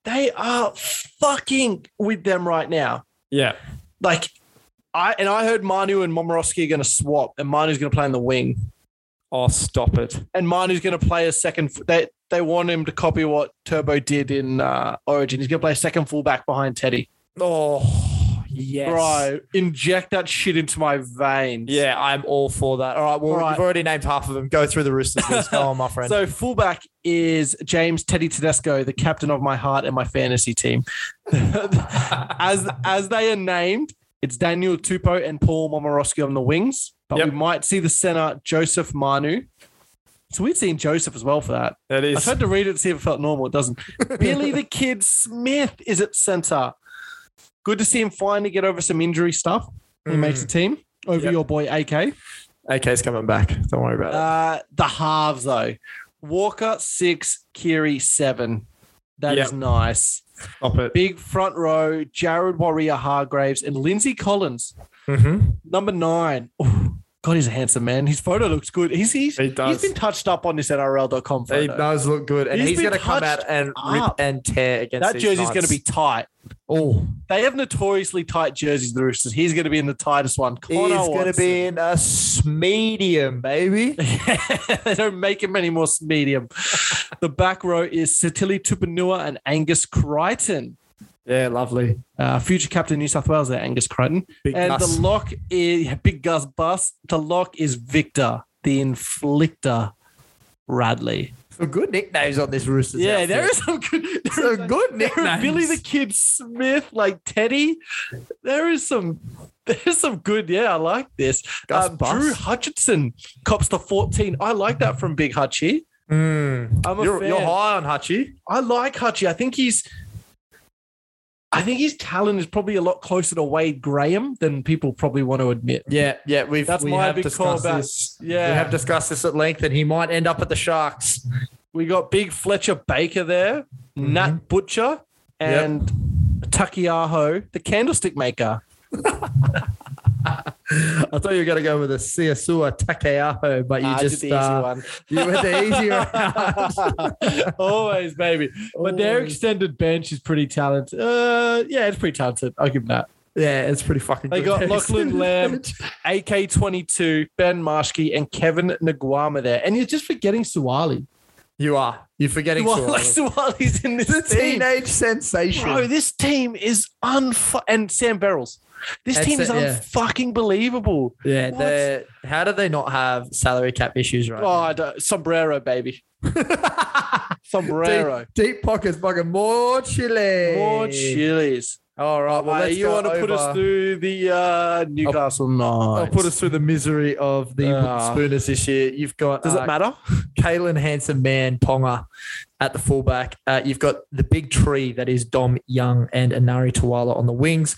S2: they are fucking with them right now.
S1: yeah.
S2: Like I and I heard Manu and Momorowski are going to swap, and Manu's going to play in the wing.
S1: Oh, stop it.
S2: and Manu's going to play a second. f- They they want him to copy what Turbo did in uh, Origin. He's going to play a second fullback behind Teddy.
S1: Oh, yes.
S2: Bro, inject that shit into my veins.
S1: Yeah, I'm all for that. All right. Well,
S2: All right.
S1: you've already named half of them. Go through the Roosters list. Go on, my friend.
S2: So fullback is James Teddy Tedesco, the captain of my heart and my fantasy team. as as they are named, it's Daniel Tupou and Paul Momorowski on the wings, but
S1: Yep.
S2: we might see the center Joseph Manu. So we've seen Joseph as well for that.
S1: that
S2: I tried to read it to see if it felt normal. It doesn't. Billy the Kid Smith is at centre. Good to see him finally get over some injury stuff. He
S1: Mm.
S2: makes the team over
S1: Yep.
S2: your boy AK.
S1: AK's coming back. Don't worry about it.
S2: Uh, the halves though. Walker six, Kiri seven. That is
S1: Yep.
S2: nice.
S1: Stop it.
S2: Big front row, Jared Warrior Hargraves and Lindsay Collins.
S1: Mm-hmm.
S2: Number nine. Ooh, God, he's a handsome man. His photo looks good. He's he's,
S1: He
S2: he's
S1: does.
S2: been touched up on this NRL.com
S1: He
S2: photo.
S1: does look good, and
S2: He's
S1: he's,
S2: been
S1: going to come
S2: touched
S1: out and rip
S2: up.
S1: and tear against
S2: that
S1: these
S2: jersey's
S1: Knights.
S2: going to be tight.
S1: oh,
S2: They have notoriously tight jerseys, the Roosters. He's going to be in the tightest one.
S1: he's
S2: Connor
S1: going to
S2: Watson.
S1: be in a medium, baby.
S2: they don't make him any more medium. the back row is Satili Tupanua and Angus Crichton.
S1: Yeah, lovely.
S2: Uh, future captain New South Wales there, Angus Crichton.
S1: Big
S2: and
S1: Gus.
S2: the lock is yeah, Big Gus Bus. The lock is Victor, the inflictor Radley.
S1: Some good nicknames on this Roosters.
S2: Yeah,
S1: outfit.
S2: there is some good. There is
S1: some good
S2: there are
S1: nicknames.
S2: Billy the Kid Smith, like Teddy. There is some. There's some good. Yeah, I like this.
S1: Gus
S2: Um,
S1: Bus.
S2: Drew Hutchinson cops the 14. I like that from Big Hutchie.
S1: Mm.
S2: I'm a
S1: You're,
S2: fan.
S1: you're high on Hutchie.
S2: I like Hutchie. I think he's. I think his talent is probably a lot closer to Wade Graham than people probably want to admit.
S1: Yeah, yeah. We've
S2: That's
S1: we
S2: my
S1: have
S2: big call
S1: discussed
S2: back.
S1: this.
S2: Yeah.
S1: We have discussed this at length, and he might end up at the Sharks.
S2: We got big Fletcher Baker there, Nat Butcher, and Takiaho, the candlestick maker.
S1: I thought you were going to go with a Siasua Takeaho, but you
S2: Ah, I did
S1: just
S2: the easy
S1: uh,
S2: one.
S1: you went the easy route.
S2: Always, baby. But their
S1: Always.
S2: extended bench is pretty talented. Uh, yeah, it's pretty talented. I'll give them that.
S1: Yeah, it's pretty fucking.
S2: They
S1: good.
S2: got Lachlan Lamb, AK22, Ben Marshke, and Kevin Naguama there. And you're just forgetting Suwali.
S1: You are. You're forgetting.
S2: Suwali.
S1: Suwali.
S2: Suwali's in
S1: It's a
S2: this team.
S1: teenage sensation.
S2: Bro, this team is unfu- and Sam Barrels. This
S1: That's
S2: team is
S1: it, yeah.
S2: unfucking believable.
S1: yeah,
S2: What?
S1: they're- how do they not have salary cap issues right
S2: Oh, I don't- sombrero, baby,
S1: now?
S2: sombrero.
S1: deep, deep pockets, fucking more chili.
S2: More chilies.
S1: All right. Well,
S2: Uh,
S1: let's
S2: you
S1: go
S2: want to put us
S1: over- Oh.
S2: through the uh, Newcastle Knights?
S1: I'll put us through the misery of the
S2: Ah.
S1: Spooners this year. You've got
S2: Does
S1: uh,
S2: it matter?
S1: Kalen Handsome Man Ponga at the fullback. Uh, you've got the big tree that is Dom Young and Anari Tawala on the wings.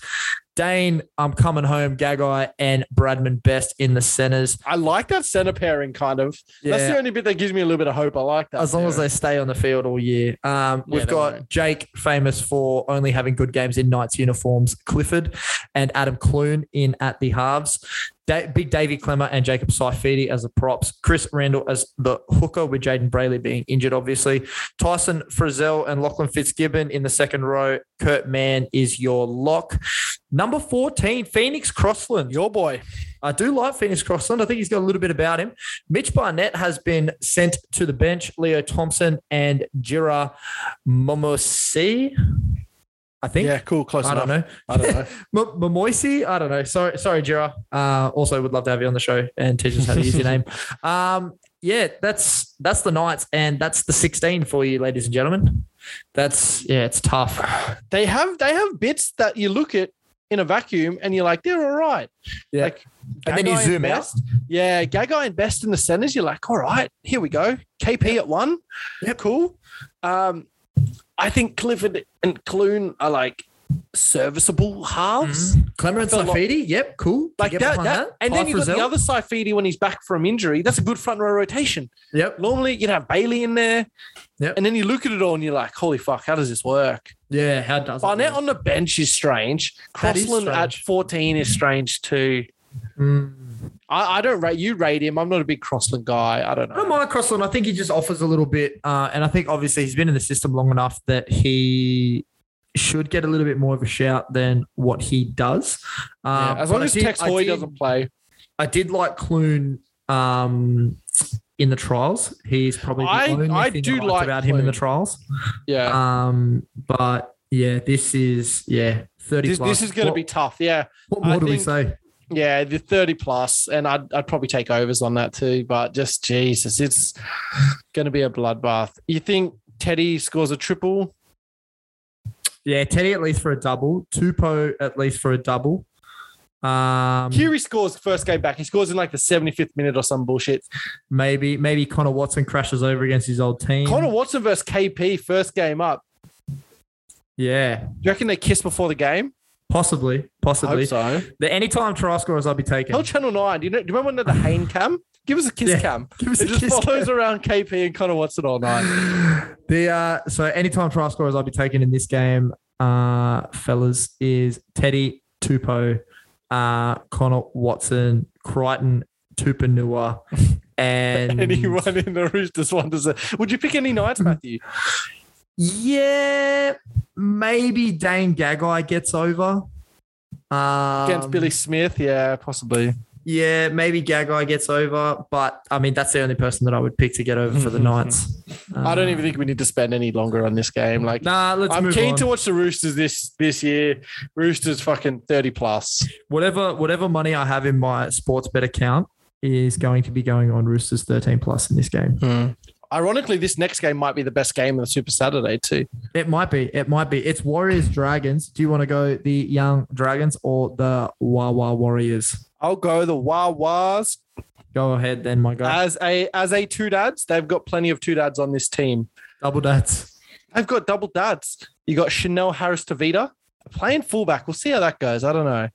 S1: Dane, I'm coming home, Gagai, and Bradman Best in the centers.
S2: I like that center pairing kind of. That's the
S1: Yeah.
S2: only bit that gives me a little bit of hope. I like that.
S1: As long as they stay on the field all year. Um,
S2: Yeah,
S1: we've
S2: they
S1: got
S2: won't.
S1: Jake, famous for only having good games in Knights uniforms, Clifford, and Adam Clune in at the halves. Da- Big Davy Clemmer and Jacob Saifidi as the props. Chris Randall as the hooker, with Jaden Brayley being injured, obviously. Tyson Frizzell and Lachlan Fitzgibbon in the second row. Kurt Mann is your lock. Number 14, Phoenix Crossland.
S2: your boy.
S1: I do like Phoenix Crossland. I think he's got a little bit about him. Mitch Barnett has been sent to the bench. Leo Thompson and Jira Momosi, I think.
S2: Yeah, cool. Close
S1: I
S2: enough.
S1: don't know.
S2: I don't know.
S1: M- Momoisi? I don't know. Sorry, sorry, Jira. Uh, also, would love to have you on the show and teach us how to use your name. Um, yeah, that's that's the Knights, and that's the 16 for you, ladies and gentlemen. That's yeah, it's tough.
S2: they have they have bits that you look at in a vacuum and you're like they're all right.
S1: Yeah.
S2: Like,
S1: And then
S2: Gagai
S1: you zoom out.
S2: Best, Yeah, Gagai and Best in the centers. You're like, all right, here we go. KP at one. Yeah, cool. Um, I think Clifford and Clune are like serviceable halves.
S1: Mhm. Clemmer and
S2: I felt like-
S1: Saifidi. Yep, cool.
S2: Like
S1: Get
S2: that,
S1: behind
S2: that, and then
S1: Ty
S2: you've got the
S1: Frizzell.
S2: other Saifidi when he's back from injury. That's a good front row rotation.
S1: Yep.
S2: Normally you'd have Bailey in there,
S1: Yep.
S2: and then you look at it all and you're like, holy fuck, how does this work?
S1: Yeah, how does it
S2: Barnett
S1: work?
S2: on the bench is strange.
S1: That is
S2: Crossland at
S1: strange.
S2: 14 is strange too.
S1: Mm.
S2: I, I don't rate you rate him. I'm not a big Crossland guy. I don't know.
S1: I don't mind Crossland. I think he just offers a little bit, uh, and I think obviously he's been in the system long enough that he should get a little bit more of a shout than what he does.
S2: Yeah,
S1: Um,
S2: as long
S1: but I
S2: as
S1: did-
S2: Tex
S1: I
S2: Hoy
S1: did-
S2: doesn't play,
S1: I did like Clune um, in the trials. He's probably the
S2: I-
S1: only
S2: I
S1: thing
S2: do
S1: liked
S2: like
S1: about him in
S2: Clune.
S1: the trials.
S2: yeah,
S1: Um, but yeah, this is yeah thirty.
S2: this,
S1: plus.
S2: this is going to
S1: What-
S2: be tough. Yeah,
S1: What more
S2: I
S1: do we
S2: think-
S1: say?
S2: yeah, the 30 plus, and I'd, I'd probably take overs on that too. But just Jesus, it's going to be a bloodbath. You think Teddy scores a triple?
S1: Yeah, Teddy at least for a double. Tupo at least for a double. Um,
S2: Kiri scores the first game back. He scores in like the 75th minute or some bullshit.
S1: maybe maybe Connor Watson crashes over against his old team.
S2: Connor Watson versus KP first game up.
S1: yeah,
S2: Do you reckon they kiss before the game?
S1: Possibly, possibly.
S2: Hope so.
S1: The anytime try scorers I'll be taking.
S2: Tell Channel Nine. Do you know? Do you remember when they had the Hain cam? Give us a kiss
S1: Yeah.
S2: cam.
S1: Give us
S2: It
S1: a
S2: just
S1: kiss,
S2: follows around KP and kind of watches it all night.
S1: The uh, so anytime try scorers I'll be taking in this game, uh, fellas, is Teddy Tupo, uh, Connor Watson, Crichton Tupanua, and
S2: Anyone in the Roosters one deserve. Would you pick any Knights, Matthew?
S1: yeah, maybe Dane Gagai gets over. Um,
S2: Against Billy Smith? Yeah, possibly.
S1: Yeah, maybe Gagai gets over, but I mean that's the only person that I would pick to get over for the Knights.
S2: I don't
S1: Uh,
S2: even think we need to spend any longer on this game. Like,
S1: Nah, let's
S2: I'm
S1: move
S2: keen
S1: on.
S2: to watch the Roosters this this year. Roosters fucking 30 plus.
S1: whatever whatever money I have in my sports bet account is going to be going on Roosters 13 plus in this game.
S2: Ironically, this next game might be the best game of the Super Saturday too.
S1: It might be. It might be. It's Warriors Dragons. Do you want to go the Young Dragons or the Wawa Warriors?
S2: I'll go the Wawas
S1: Go ahead then, my guy.
S2: as a as a two dads. They've got plenty of two dads on this team.
S1: Double dads.
S2: They've got double dads. You got Chanel Harris Tavita playing fullback. We'll see how that goes. I don't know.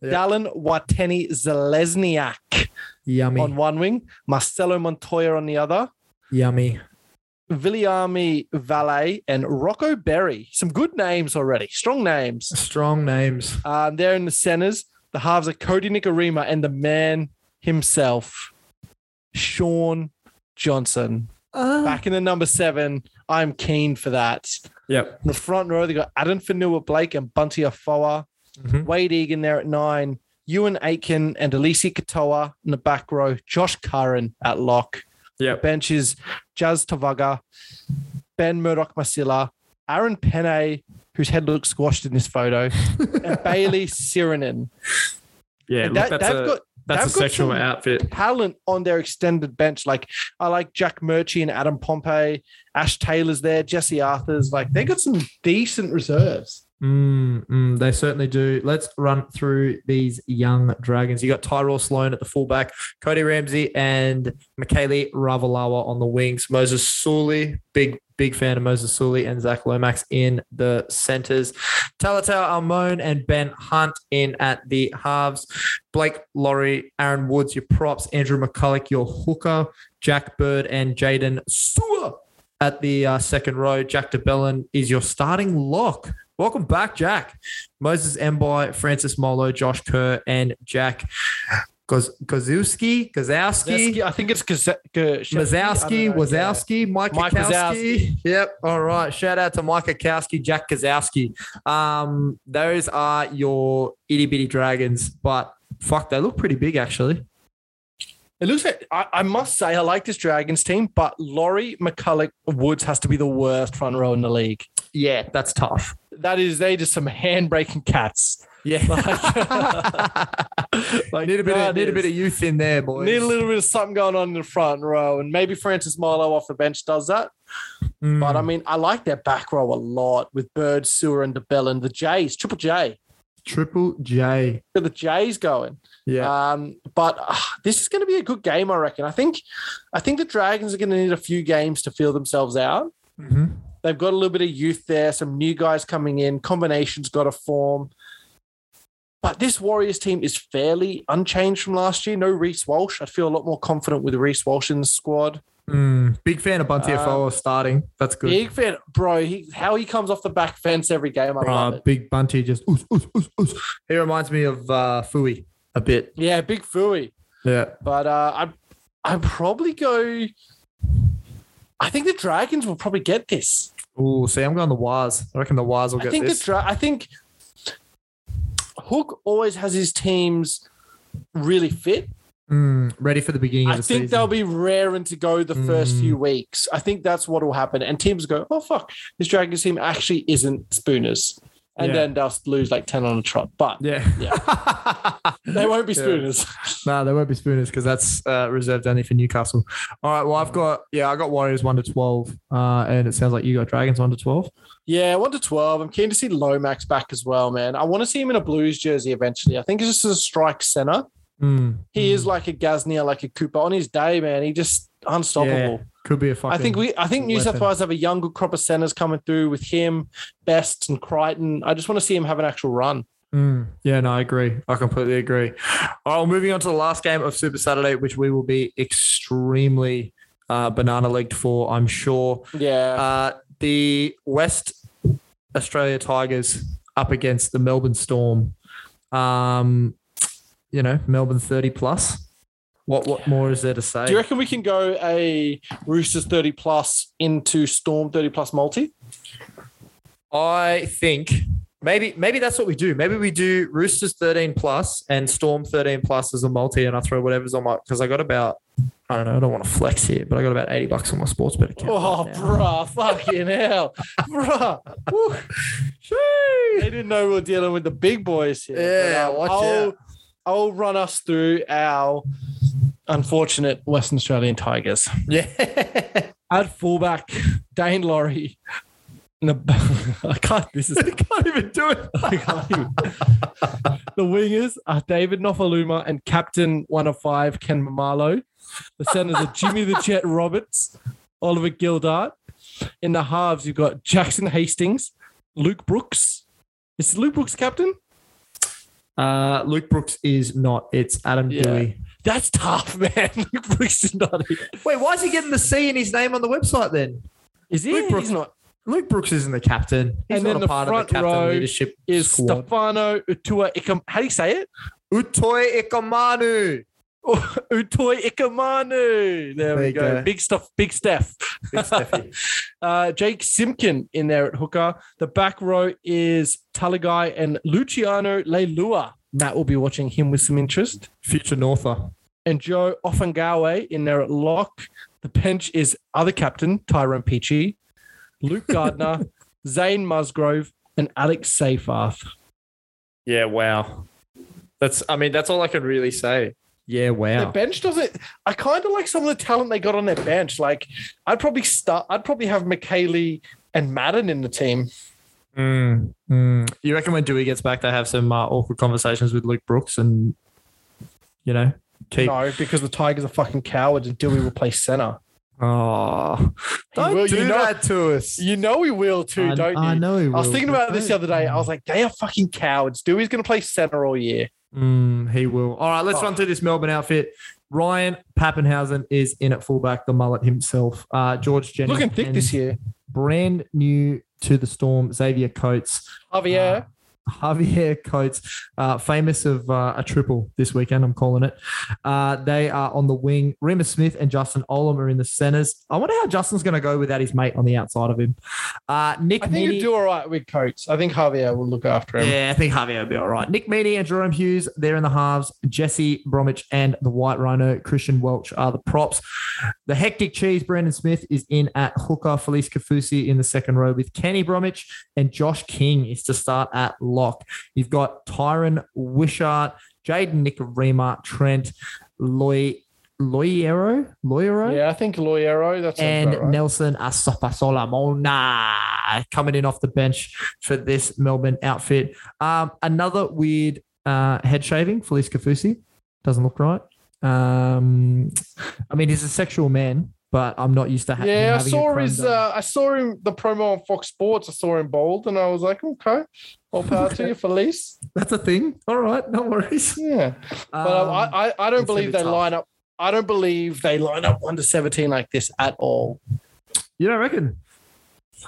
S1: Yeah.
S2: Dallin Wateni Zelezniak
S1: Yummy.
S2: on one wing, Marcelo Montoya on the other.
S1: Yummy.
S2: Viliami Valet and Rocco Berry. Some good names already, strong names.
S1: Strong names.
S2: Um, they're in the centers. The halves are Cody Nicarima and the man himself, Sean Johnson.
S1: Oh.
S2: Back in the number seven, I'm keen for that.
S1: Yep.
S2: In the front row, they got Adam Fanua Blake and Bunty Afoa.
S1: Mhm.
S2: Wade Egan there at nine. Ewan Aiken and Elise Katoa in the back row. Josh Curran at lock
S1: Yep.
S2: benches Jazz Tavaga, Ben Murdoch Masila, Aaron Penne, whose head looks squashed in this photo, and Bailey Sirenin.
S1: Yeah.
S2: And that, they've got they've got some-
S1: outfit.
S2: talent on their extended bench. Like I like Jack Murchie and Adam Pompey, Ash Taylor's there, Jesse Arthur's. Like they got some decent reserves.
S1: Mm, mm, they certainly do. Let's run through these young dragons. You got Tyrell Sloan at the fullback, Cody Ramsey and Michele Ravalawa on the wings. Moses Sully, big, big fan of Moses Sully and Zach Lomax in the centers. Talatau Almon and Ben Hunt in at the halves. Blake Laurie, Aaron Woods, your props, Andrew McCulloch, your hooker, Jack Bird and Jaden Sewer at the uh, second row. Jack DeBellin is your starting lock. Welcome back, Jack. Moses Mbai, Francis Molo, Josh Kerr, and Jack Goz- Gozowski, Gozowski,
S2: I think it's Kaze- Ka- Sheffield, I
S1: Mazowski,
S2: don't know, yeah.
S1: Wazowski, Mike
S2: Mike
S1: Kazowski. Yep. All right. Shout out to Mike Kazowski, Jack Kazowski. Um, those are your itty bitty dragons, but fuck, they look pretty big actually.
S2: It looks like I, I must say I like this Dragons team, but Laurie McCulloch Woods has to be the worst front row in the league.
S1: Yeah, that's tough.
S2: That is, they just some hand breaking cats.
S1: Yeah.
S2: Like,
S1: need a bit
S2: that
S1: of, need a
S2: is-
S1: bit of youth in there, boys.
S2: Need a little bit of something going on in the front row, and maybe Francis Marlowe off the bench does that.
S1: Mm.
S2: But I mean, I like their back row a lot with Bird, Sewer, and DeBell and the Jays, Triple J.
S1: Triple J.
S2: Get The Jays going.
S1: Yeah.
S2: Um, but ah, this is going to be a good game, I reckon. I think, I think the Dragons are going to need a few games to feel themselves out.
S1: Mhm.
S2: They've got a little bit of youth there, some new guys coming in, combinations got to form. But this Warriors team is fairly unchanged from last year. No Reese Walsh. I feel a lot more confident with Reese Walsh in the squad.
S1: Mm, big fan of Bunty
S2: Um,
S1: Afoa starting. That's good.
S2: Big fan, bro. He, how he comes off the back fence every game, I love
S1: Uh,
S2: it.
S1: big Bunty just oos, oos, oos, oos. He reminds me of uh, Fui a bit.
S2: Yeah, big fooey.
S1: Yeah.
S2: But uh, I, I probably go. I think the Dragons will probably get this.
S1: Ooh, see, I'm going the Waz. I reckon the Waz will get
S2: I think
S1: this.
S2: the dra- I think Hook always has his teams really fit.
S1: Mm, ready for the beginning
S2: I
S1: of the
S2: think
S1: season.
S2: they'll be raring to go the first few weeks. I think that's what will happen. And teams go, oh, fuck, this Dragons team actually isn't Spooners. And
S1: Yeah.
S2: then they'll lose like 10 on a trot. But
S1: yeah.
S2: they won't be
S1: Yeah.
S2: Spooners.
S1: No, they won't be spooners because that's uh, reserved only for Newcastle. All right. Well,
S2: Mm.
S1: I've got yeah, I got Warriors one to twelve, uh, and it sounds like you got Dragons one to twelve.
S2: Yeah, 1 to 12. I'm keen to see Lomax back as well, man. I want to see him in a Blues jersey eventually. I think it's just a strike center.
S1: Mm,
S2: He
S1: mm.
S2: is like a Gaznia, like a Cooper. On his day, man, he just unstoppable.
S1: Hmm, could be a fucking.
S2: I think we, I think New South
S1: weapon.
S2: Wales have a young good crop of centers coming through with him, Best and Crichton. I just want to see him have an actual run.
S1: Mm, yeah, no, I agree. I completely agree. All right, well, moving on to the last game of Super Saturday, which we will be extremely uh, banana legged for, I'm sure.
S2: Yeah.
S1: Uh, the West Australia Tigers up against the Melbourne Storm. Um, you know, Melbourne 30 plus. What what more is there to say?
S2: Do you reckon we can go a Roosters 30 plus into Storm 30 plus multi?
S1: I think maybe maybe that's what we do. Maybe we do Roosters 13 plus and Storm 13 plus as a multi, and I throw whatever's on my because I got about I don't know, I don't want to flex here, but I got about 80 bucks on my sports bet account.
S2: Oh,
S1: right now.
S2: bruh, fucking hell. bruh. Woo. They didn't know we were dealing with the big boys here.
S1: Yeah, watch
S2: I'll,
S1: out.
S2: I'll run us through our unfortunate Western Australian Tigers.
S1: Yeah.
S2: At fullback, Dane Laurie. Nab- I can't. This is
S1: I can't even do it.
S2: I can't even. the wingers are David Nofaluma and captain one of five Ken Mamalo. The centers are Jimmy the Jet Roberts, Oliver Gildart. In the halves, you've got Jackson Hastings, Luke Brooks. Is Luke Brooks captain?
S1: Uh, Luke Brooks is not. It's Adam
S2: Yeah.
S1: Dewey.
S2: That's tough, man. Luke Brooks is not.
S1: Wait, why is he getting the C in his name on the website then?
S2: Is he?
S1: Luke Brooks-
S2: He's not.
S1: Luke Brooks isn't the captain. He's
S2: And
S1: not
S2: then
S1: a
S2: the
S1: part of the
S2: front
S1: captain
S2: row
S1: leadership
S2: Is
S1: squad.
S2: Stefano Utua Ikam? How do you say it?
S1: Utoy Ikomanu.
S2: Utoy Ikamanu. There,
S1: There
S2: we
S1: you
S2: go.
S1: go.
S2: Big stuff. Big Steph.
S1: Big Steffi.
S2: Uh, Jake Simpkin in there at hooker. The back row is Talagai and Luciano Leilua. Matt will be watching him with some interest.
S1: Future Norther.
S2: And Joe Offengawe in there at lock. The bench is other captain Tyrone Peachy, Luke Gardner, Zane Musgrove, and Alex Safarth.
S1: Yeah, wow. That's I mean, that's all I can really say. Yeah,
S2: Their
S1: wow.
S2: bench doesn't. I kind of like some of the talent they got on their bench. Like I'd probably start. I'd probably have McKaylee and Madden in the team.
S1: Mm, mm. You reckon when Dewey gets back, they have some uh, awkward conversations with Luke Brooks and you know, keep
S2: No, because the Tigers are fucking cowards and Dewey will play center.
S1: Oh, don't
S2: Will,
S1: do
S2: you know-
S1: that to us.
S2: You know we will too,
S1: I,
S2: don't
S1: I
S2: you?
S1: know. he
S2: I was
S1: will,
S2: thinking
S1: but
S2: about this the
S1: don't-
S2: other day. I was like, they are fucking cowards. Dewey's going to play center all year.
S1: Mm, he will. All right, let's
S2: Oh.
S1: run through this Melbourne outfit. Ryan Pappenhausen is in at fullback, the mullet himself. Uh, George Jennings
S2: Looking thick
S1: and
S2: this year.
S1: brand new to the Storm. Xavier Coates, Uh,
S2: Javier.
S1: Javier Coates, uh, famous of uh, a triple this weekend. I'm calling it. Uh, they are on the wing. Remus Smith and Justin Olam are in the centres. I wonder how Justin's going to go without his mate on the outside of him. Uh, Nick
S2: I think
S1: Meaney-
S2: you do all right with Coates. I think Javier will look after him.
S1: yeah, I think Javier will be all right. Nick Meaney and Jerome Hughes, they're in the halves. Jesse Bromwich and the White Rhino, Christian Welch are the props. The Hectic Cheese, Brandon Smith, is in at hooker. Felice Kafusi in the second row with Kenny Bromwich. And Josh King is to start at lock. You've got Tyron Wishart, Jaden Nicarima, Trent Loy, Loyero, Loyero,
S2: Yeah, I think Loyero. That's
S1: and
S2: right.
S1: Nelson Asopasolamona coming in off the bench for this Melbourne outfit. Um, another weird uh, head shaving, Felice Kafusi. Doesn't look right. Um, I mean, he's a sexual man, but I'm not used to ha-
S2: yeah, I
S1: having a
S2: saw
S1: chrome
S2: his.
S1: dome.
S2: Uh, I saw him the promo on Fox Sports. I saw him bold, and I was like, okay, all power to you, Felice.
S1: That's a thing. All right, no worries.
S2: Yeah, but
S1: Um,
S2: um, I, I, I don't
S1: it's gonna be
S2: believe they
S1: tough.
S2: line up. I don't believe they line up one to seventeen like this at all.
S1: you don't reckon?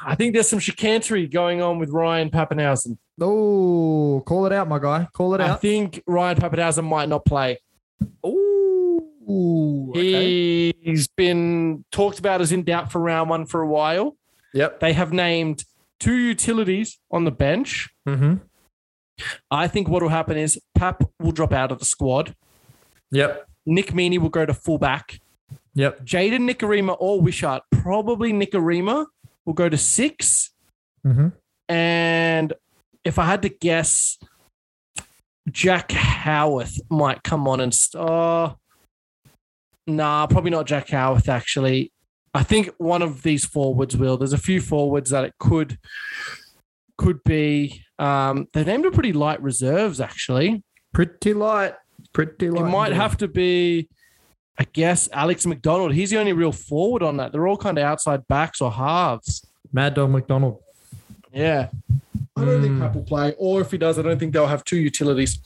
S2: I think there's some chicanery going on with Ryan Pappenhausen.
S1: Oh, call it out, my guy. Call it
S2: I
S1: out.
S2: think Ryan Pappenhausen might not play.
S1: Ooh, okay.
S2: He's been talked about as in doubt for round one for a while.
S1: Yep.
S2: They have named two utilities on the bench.
S1: Mm-hmm.
S2: I think what will happen is Pap will drop out of the squad.
S1: Yep.
S2: Nick Meaney will go to fullback.
S1: Yep.
S2: Jaden Nicarima or Wishart, probably Nicarima, will go to six.
S1: Mm-hmm.
S2: And if I had to guess, Jack Howarth might come on and st- oh, nah, probably not Jack Howarth. Actually, I think one of these forwards will. There's a few forwards that it could could be. Um, they named a pretty light reserves. Actually,
S1: Pretty light. Pretty
S2: it
S1: light.
S2: might
S1: indeed.
S2: have to be. I guess Alex McDonald. He's the only real forward on that. They're all kind of outside backs or halves.
S1: Mad Dog McDonald.
S4: Yeah.
S2: I don't think
S1: Mm.
S2: Pep will play, or if he does, I don't think they'll have two utilities.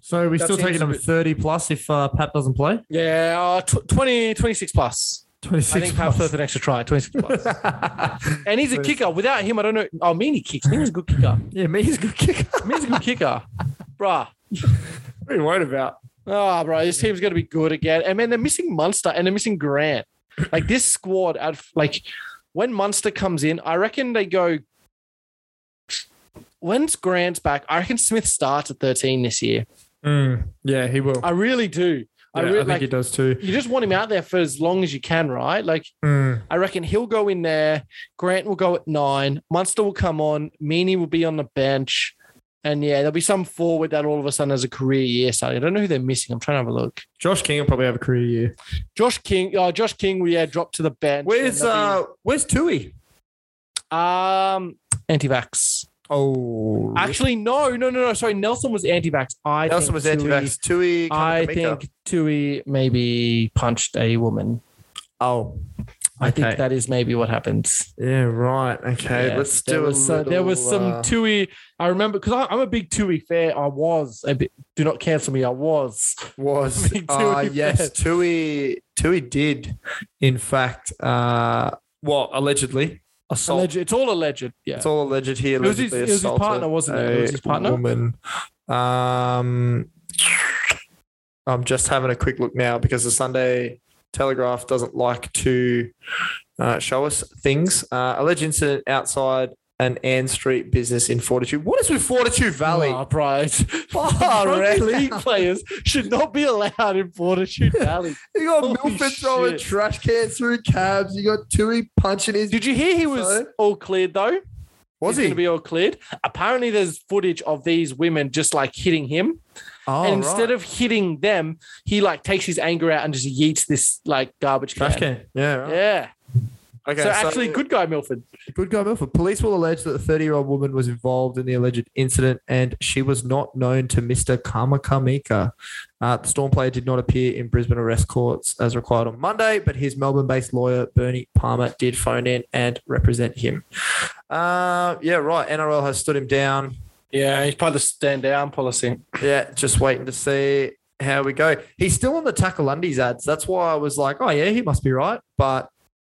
S1: So we're
S2: That
S1: still taking
S2: seems a
S1: him
S2: bit-
S1: 30 plus if uh, Pap doesn't play?
S2: Yeah, uh, tw- 20, 26 plus. I
S1: 26
S2: think Pep worth an extra try, 26 plus. and he's a kicker. Without him, I don't know. Oh, Meany kicks. Meany's a good kicker.
S1: yeah, me, he's a good kicker.
S2: Meany's a good kicker. Bruh.
S1: What are you worried about?
S2: Oh, bro, this team's going to be good again. And man, they're missing Munster and they're missing Grant. Like this squad, at like when Munster comes in, I reckon they go. When's Grant's back? I reckon Smith starts at 13 this year. Hmm.
S1: yeah, he will.
S2: I really do. I really like.
S1: does too.
S2: you just want him out there for as long as you can, right? Like, I reckon he'll go in there. Grant will go at nine. Munster will come on. Meany will be on the bench. And yeah, there'll be some forward that all of a sudden has a career year. So I don't know who they're missing. I'm trying to have a look.
S1: Josh King will probably have a career year.
S2: Josh King. Oh, Josh King. We yeah, dropped to the bench.
S1: Where's
S2: And that'll
S1: uh where's Tui?
S2: be- um anti-vax?
S1: Oh
S3: uh,
S2: Actually, no, no, no, no. Sorry, Nelson was anti-vax. I
S1: Nelson
S2: think
S1: was
S2: Tui-
S1: anti vax. Tui
S2: I
S1: Kamika.
S2: think Tui maybe punched a woman.
S1: Oh.
S2: I think
S1: Okay.
S2: that is maybe what happens.
S1: Yeah, right. Okay.
S2: Yeah,
S1: Let's
S2: there
S1: do
S2: was
S1: a
S2: some, there was some
S1: little, uh,
S2: Tui. I remember because I'm a big Tui fan. I was a bit. Do not cancel me. I was.
S1: was
S2: Big
S1: uh,
S2: Tui
S1: yes
S2: fan.
S1: Tui Tui did in fact uh well allegedly assault
S2: Alleged. It's all alleged. Yeah.
S1: It's all alleged here.
S2: It was his-
S1: allegedly
S2: it was his
S1: assaulted
S2: partner, wasn't it? It was
S1: a
S2: his partner?
S1: Woman. Um, I'm just having a quick look now because the Sunday Telegraph doesn't like to uh, show us things. Uh, alleged incident outside an Ann Street business in Fortitude. What is with Fortitude Valley?
S2: Oh, right.
S1: Far
S2: Rugby
S1: out.
S2: league players should not be allowed in Fortitude Valley.
S1: You got
S2: Holy
S1: Milford throwing
S2: shit.
S1: trash cans through cabs. You got Tui punching his.
S2: Did you hear he was
S1: So?
S2: all cleared though?
S1: Was
S2: He's
S1: he?
S2: going to be all cleared. Apparently, there's footage of these women just like hitting him,
S1: oh,
S2: and instead of hitting them, he like takes his anger out and just yeets this like garbage can.
S1: trash can, yeah. right.
S2: Yeah.
S1: Okay,
S2: so, actually, good guy Milford.
S1: Good guy Milford. Police will allege that the 30 year old woman was involved in the alleged incident and she was not known to Mr. Kamakamika. Uh, the Storm player did not appear in Brisbane arrest courts as required on Monday, but his Melbourne based lawyer, Bernie Palmer, did phone in and represent him. Uh, yeah, right. NRL has stood him down.
S2: Yeah, he's part of the stand down policy.
S1: Yeah, just waiting to see how we go. He's still on the Takalundis ads. That's why I was like, oh, yeah, he must be right. But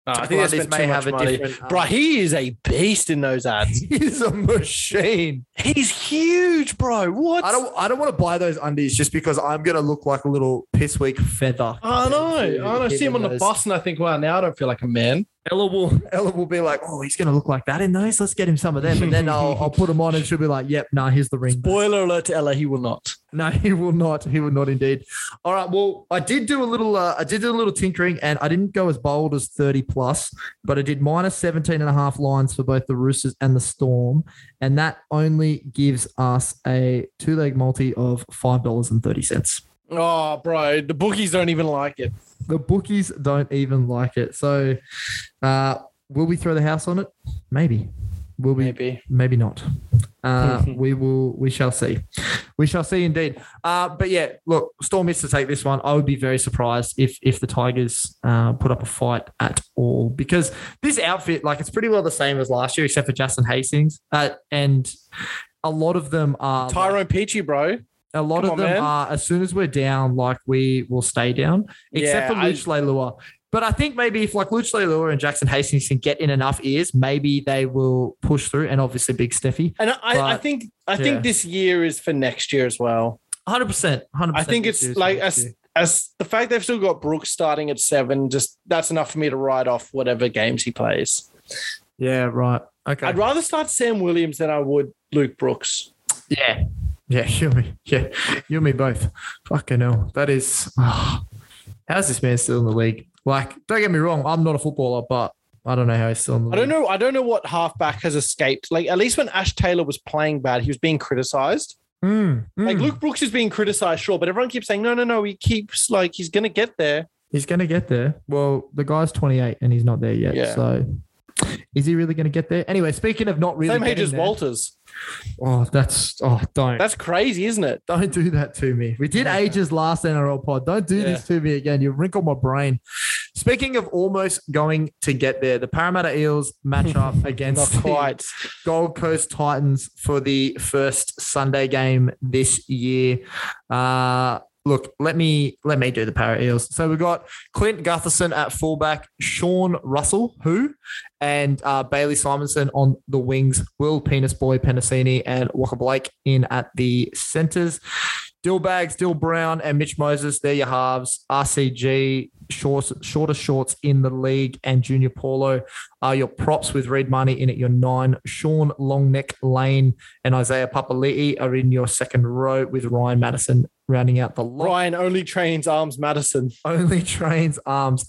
S2: I think
S1: Takalundis
S2: that's may have a different.
S1: different. uh,
S2: Bro, he is a beast in those ads.
S1: He's a machine.
S2: He's huge, bro. What?
S1: I don't. I don't want to buy those undies just because I'm gonna look like a little piss weak feather.
S2: I know. I know. I see him on the
S1: Those-
S2: bus and I think, wow, now I don't feel like a man.
S1: Ella will. Ella will be like, "Oh, he's gonna look like that in those. Let's get him some of them." And then I'll, I'll put him on, and she'll be like, "Yep, nah, here's the ring."
S2: Spoiler alert to Ella, he will not.
S1: No, he will not. He will not indeed. All right. Well, I did do a little. Uh, I did do a little tinkering, and I didn't go as bold as thirty plus, but I did minus 17 and a half lines for both the Roosters and the Storm, and that only gives us a two leg multi of five dollars and thirty cents.
S2: Oh, bro, the bookies don't even like it.
S1: the bookies don't even like it. So, uh, will we throw the house on it? Maybe. Will we? Maybe,
S2: Maybe.
S1: not. Uh, we will. We shall see. We shall see indeed. Uh, but yeah, look, Storm is to take this one. I would be very surprised if if the Tigers uh, put up a fight at all because this outfit, like, it's pretty well the same as last year, except for Justin Hastings uh, and. A lot of them are like,
S2: Tyrone Peachy, bro.
S1: a lot
S2: Come
S1: of
S2: on,
S1: them
S2: man.
S1: are as soon as we're down, like we will stay down, except
S2: Yeah,
S1: for
S2: I-
S1: Luch Leilua. But I think maybe if like Luch Leilua and Jackson Hastings can get in enough ears, maybe they will push through. And obviously, Big Steffi,
S2: And I, I
S1: But,
S2: think I
S1: yeah.
S2: think this year is for next year as well.
S1: hundred percent, hundred.
S2: I think it's like as as the fact they've still got Brooks starting at seven, just that's enough for me to write off whatever games he plays.
S1: yeah, right, okay,
S2: I'd rather start Sam Williams than I would Luke Brooks.
S1: yeah, yeah, you and me, yeah, you and me both. Fucking hell, that is. ah. how's this man still in the league? Like, don't get me wrong, I'm not a footballer, but I don't know how he's still in the
S2: I
S1: league.
S2: don't know. I don't know what halfback has escaped. Like at least when Ash Taylor was playing bad, he was being criticized.
S1: Mm, mm.
S2: Like Luke Brooks is being criticized, sure, but everyone keeps saying, no, no, no, he keeps like he's gonna get there.
S1: He's going to get there. Well, the guy's 28 and he's not there yet.
S2: Yeah.
S1: So is he really going to get there? Anyway, speaking of not really
S2: Same age
S1: getting
S2: as
S1: there-
S2: Walters.
S1: Oh, that's oh, don't.
S2: That's crazy, isn't it?
S1: don't do that to me. We did ages last NRL pod. Don't do
S2: Yeah.
S1: this to me again. You wrinkle my brain. Speaking of almost going to get there, the Parramatta Eels match up
S3: Not
S1: against the
S3: quite.
S1: Gold Coast Titans for the first Sunday game this year. Uh, look, let me let me do the Parrot Eels. So we've got Clint Gutherson at fullback, Sean Russell, who, and uh, Bailey Simonson on the wings, Will Penis Boy Penasini and Walker Blake in at the centres. Dill Bags, Dill Brown, and Mitch Moses, they're your halves. RCG, shorts, shortest shorts in the league, and Junior Paulo are your props with Reed Money in at your nine. Sean Longneck Lane and Isaiah Papali'i are in your second row with Ryan Madison rounding out the lot.
S3: Ryan only trains arms Madison.
S1: Only trains arms.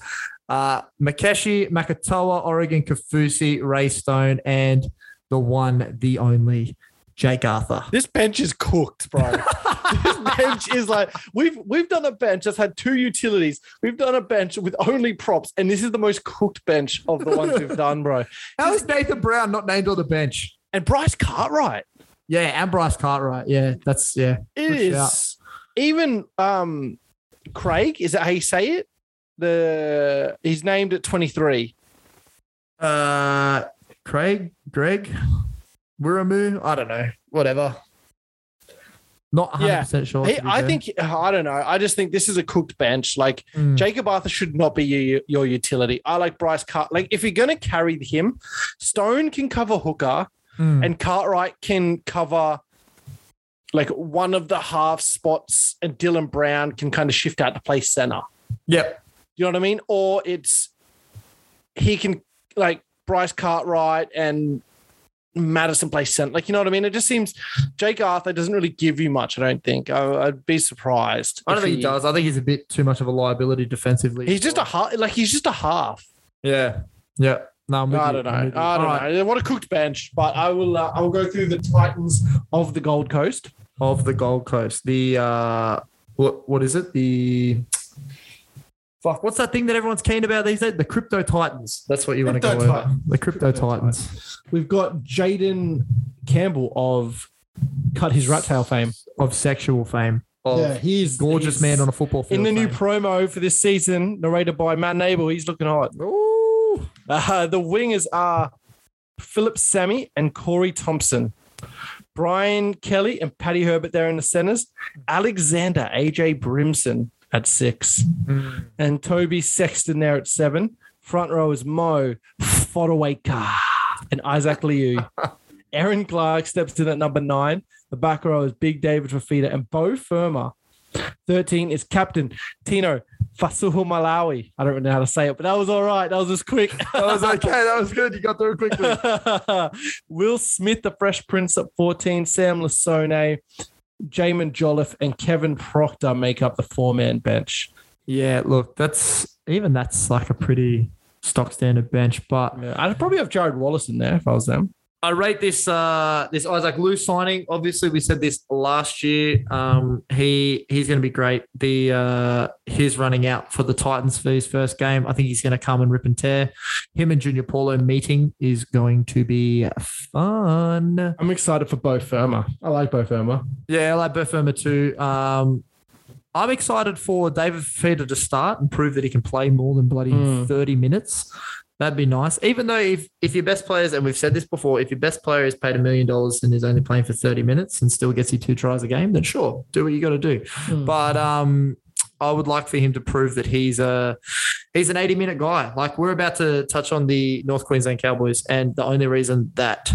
S1: Uh, Makeshi, Makatoa, Oregon, Kafusi, Ray Stone, and the one, the only, Jake Arthur.
S3: This bench is cooked, bro. this bench is like we've we've done a bench that's had two utilities. We've done a bench with only props, and this is the most cooked bench of the ones we've done, bro.
S1: How is Nathan Brown not named on the bench?
S3: And Bryce Cartwright
S1: Yeah, and Bryce Cartwright. Yeah, that's yeah.
S3: it
S1: Good
S3: is
S1: shout.
S3: even um Craig. Is that how you say it? The he's named at twenty three.
S1: Uh, Craig, Greg, Wiramu. I don't know. Whatever. Not 100 percent sure. to be
S3: I
S1: fair.
S3: think I don't know. I just think this is a cooked bench. Like
S1: Mm.
S3: Jacob Arthur should not be your, your utility. I like Bryce Cart. Like if you're gonna carry him, Stone can cover hooker.
S1: Mm.
S3: and Cartwright can cover like one of the half spots, and Dylan Brown can kind of shift out to play center.
S1: yep.
S3: You know what I mean? Or it's he can like Bryce Cartwright and Madison play center. Like you know what I mean? It just seems Jake Arthur doesn't really give you much. I don't think. I, I'd be surprised.
S1: I
S3: if
S1: don't think he does. I think he's a bit too much of a liability defensively.
S3: He's just a half. Like he's just a half.
S1: yeah, yeah. No, I'm with
S3: I
S1: you.
S3: don't know.
S1: I'm
S3: I
S1: with
S3: don't
S1: you. All right.
S3: know. What a cooked bench. But I will. Uh, I will go through the Titans of the Gold Coast.
S1: of the Gold Coast. The uh, what what is it? The fuck. What's that thing that everyone's keen about these days? The crypto titans. That's what you want to go
S3: Crypto
S1: over.
S3: Titans.
S1: The crypto,
S2: Crypto
S1: titans.
S2: We've got Jaden Campbell of Cut His Rat Tail fame.
S1: of sexual fame. Of
S2: he's
S1: gorgeous man on a football field.
S2: in the new
S1: fame.
S2: promo for this season, narrated by Matt Nable. He's looking hot.
S1: Ooh.
S2: Uh, the wingers are Philip Sammy and Corey Thompson. Brian Kelly and Paddy Herbert there in the centers. Alexander AJ Brimson at six.
S1: Mm.
S2: And Toby Sexton there at seven. Front row is Mo Fodawaker and Isaac Liu. Aaron Clark steps in at number nine. The back row is Big David Fafita and Bo Firmer. 13 is Captain Tino Fasuhumalawi. I don't know how to say it, but that was all right. That was as quick.
S1: That was okay. That was good. You got through it quickly.
S2: Will Smith, the Fresh Prince at 14, Sam Lasone, Jamin Jolliffe, and Kevin Proctor make up the four man bench.
S1: yeah, look, that's even that's like a pretty stock standard bench, but
S2: Yeah, I'd probably have Jared Wallace in there if I was them.
S1: I rate this uh, this Isaac Lou signing. Obviously, we said this last year. Um, he he's going to be great. The uh, he's running out for the Titans for his first game. I think he's going to come and rip and tear. Him and Junior Paulo meeting is going to be fun.
S2: I'm excited for Bo Firma. I like Bo Firma.
S1: Yeah, I like Burfirma too. Um, I'm excited for David Fafita to start and prove that he can play more than bloody
S2: Hmm.
S1: 30 minutes. That'd be nice. Even though if if your best players, and we've said this before, if your best player is paid a million dollars and is only playing for 30 minutes and still gets you two tries a game, then sure, do what you got to do. But um, I would like for him to prove that he's a he's an 80 minute guy. Like we're about to touch on the North Queensland Cowboys, and the only reason that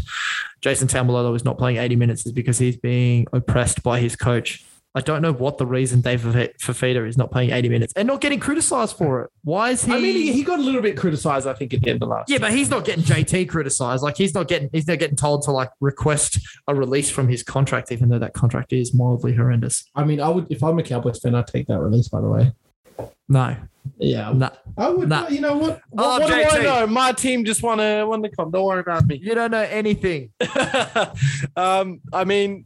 S1: Jason Tamalolo is not playing 80 minutes is because he's being oppressed by his coach. I don't know what the reason David Fafita is not playing 80 minutes and not getting criticised for it. Why is he?
S2: I mean, he, he got a little bit criticized, I think, at the end of last
S1: Yeah, but he's not getting JT criticized. Like he's not getting he's not getting told to like request a release from his contract, even though that contract is mildly horrendous.
S2: I mean, I would if I'm a Cowboys fan, I'd take that release, by the way.
S1: No,
S2: Yeah.
S1: no,
S2: I would
S1: Nah.
S2: you know what?
S1: I love
S3: What do I
S1: JT.
S3: know? My team just won a won the comp. Don't worry about me.
S1: you don't know anything.
S3: um, I mean,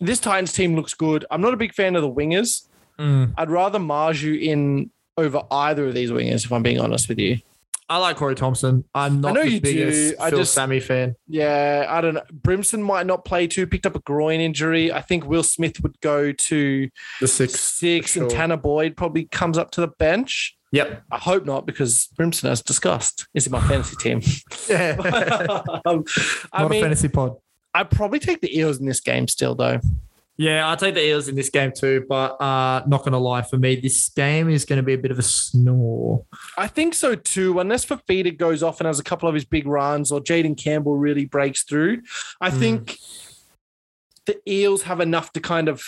S3: this Titans team looks good. I'm not a big fan of the wingers.
S2: Hmm.
S3: I'd rather Marju in over either of these wingers, if I'm being honest with you.
S1: I like Corey Thompson. I'm not
S3: I know
S1: the
S3: you do.
S1: biggest
S3: I
S1: Phil
S3: just-
S1: Sammy fan.
S3: Yeah, I don't know. Brimson might not play too. Picked up a groin injury. I think Will Smith would go to
S1: The six.
S3: six, and
S1: sure.
S3: Tanner Boyd probably comes up to the bench.
S1: Yep.
S3: I hope not because Brimson, as discussed, is in my fantasy team.
S1: Yeah. Not
S3: Um, I
S1: a
S3: mean,
S1: fantasy pod.
S3: I probably take the Eels in this game still, though.
S1: Yeah, I'll take the Eels in this game too, but uh, not going to lie, for me, this game is going to be a bit of a snore.
S3: I think so too. Unless Fafita goes off and has a couple of his big runs, or Jaden Campbell really breaks through, I
S1: Hmm.
S3: think the Eels have enough to kind of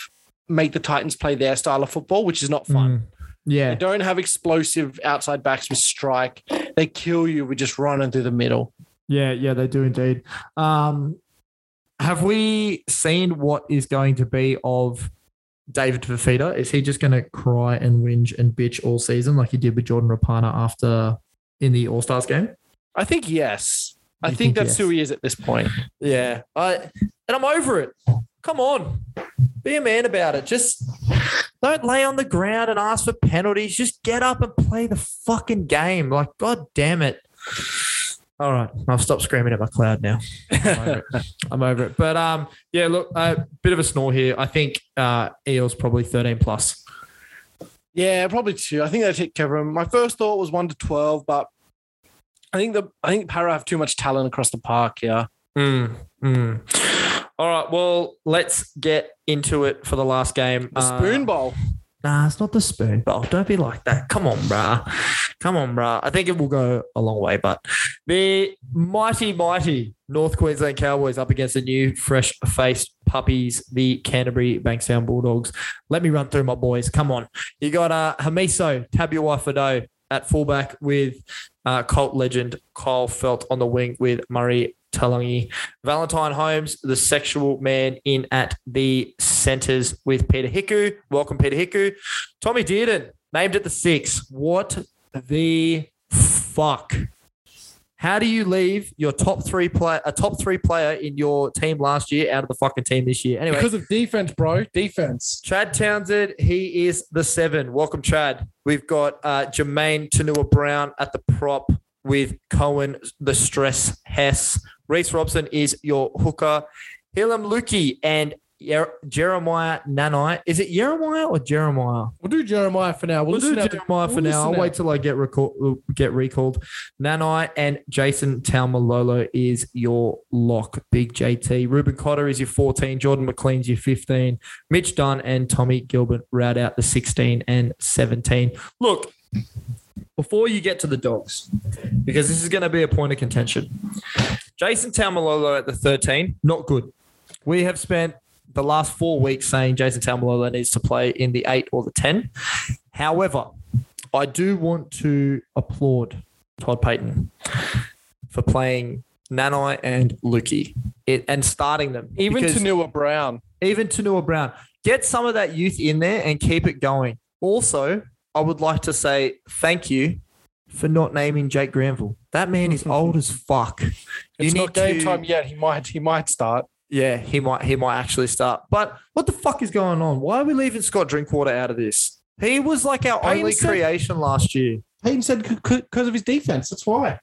S3: make the Titans play their style of football, which is not fun.
S1: Mm. Yeah.
S3: They don't have explosive outside backs with strike. They kill you with just running through the middle.
S1: Yeah, yeah, they do indeed. Um, have we seen what is going to be of David Fafita? Is he just going to cry and whinge and bitch all season like he did with Jordan Rapana after in the All Stars game?
S3: I think yes. I
S1: You
S3: think,
S1: think
S3: that's
S1: yes.
S3: who he is at this point.
S1: Yeah, I and I'm over it. Come on, be a man about it. Just don't lay on the ground and ask for penalties. Just get up and play the fucking game. Like, god damn it. All right, I'll stop screaming at my cloud now. I'm over it. I'm over it. But um, yeah, look, a bit of a snore here. I think uh, Eels probably 13 plus.
S3: Yeah, probably two. I think they take care of him. My first thought was one to twelve, but I think the I think Para have too much talent across the park here.
S1: Mm, mm. All right, well, let's get into it for the last game.
S3: The
S1: Uh,
S3: spoon bowl.
S1: Nah, it's not the spoon bowl. Don't be like that. Come on, bruh. Come on, bruh. I think it will go a long way, but the mighty, mighty North Queensland Cowboys up against the new fresh faced puppies, the Canterbury Bankstown Bulldogs. Let me run through my boys. Come on. You got uh Hamiso Tabuai Fado at fullback with uh, Colt legend Kyle Felt on the wing with Murray Talangi. Valentine Holmes, the sexual man, in at the centres with Peter Hicku. Welcome, Peter Hicku. Tommy Dearden, named at the six. What the fuck? How do you leave your top three play a top three player in your team last year out of the fucking team this year? Anyway,
S5: Because of defense, bro. Defense.
S1: Chad Townsend, he is the seven. Welcome, Chad. We've got uh, Jermaine Tanua Brown at the prop with Cohen, the stress Hess. Reese Robson is your hooker. Hillam Lukey and Jer- Jeremiah Nanai. Is it Jeremiah or Jeremiah?
S5: We'll do Jeremiah for now. We'll,
S1: We'll, do
S5: listen out.
S1: Jeremiah for
S5: we'll
S1: now. I'll
S5: listen
S1: wait
S5: out.
S1: till I get recall- get recalled. Nanai and Jason Taumalolo is your lock. Big JT. Ruben Cotter is your 14. Jordan McLean's your 15. Mitch Dunn and Tommy Gilbert route out the 16 and 17. Look, before you get to the dogs, because this is going to be a point of contention. Jason Taumalolo at the 13, not good. We have spent the last four weeks saying Jason Tamalolo needs to play in the eight or the 10. However, I do want to applaud Todd Payton for playing Nanai and Lukey it, and starting them.
S3: Even
S1: Because-
S3: Tanua Brown.
S1: even Tanua Brown. Get some of that youth in there and keep it going. Also, I would like to say thank you for not naming Jake Granville. That man is old as fuck. You
S3: It's not game
S1: to-
S3: time yet. He might he might start.
S1: yeah, he might he might actually start. But what the fuck is going on? Why are we leaving Scott Drinkwater out of this? He was like our
S5: Payton
S1: only
S5: said-
S1: creation last year.
S5: Peyton said because of his defense. That's why.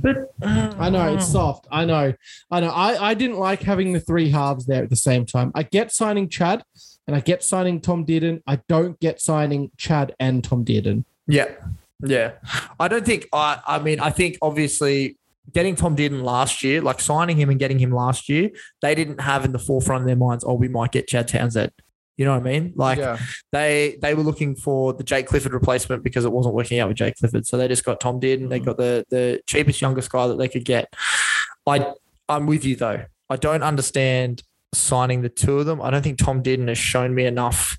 S1: But
S5: I know it's soft. I know. I know. I, I didn't like having the three halves there at the same time. I get signing Chad and I get signing Tom Dearden. I don't get signing Chad and Tom Dearden.
S1: Yeah. Yeah. I don't think I I mean, I think obviously getting Tom Dearden last year, like signing him and getting him last year, they didn't have in the forefront of their minds, oh, we might get Chad Townsend. You know what I mean? Like
S3: yeah.
S1: they they were looking for the Jake Clifford replacement because it wasn't working out with Jake Clifford. So they just got Tom Dearden. They got the the cheapest youngest guy that they could get. I I'm with you though. I don't understand signing the two of them. I don't think Tom Dearden has shown me enough.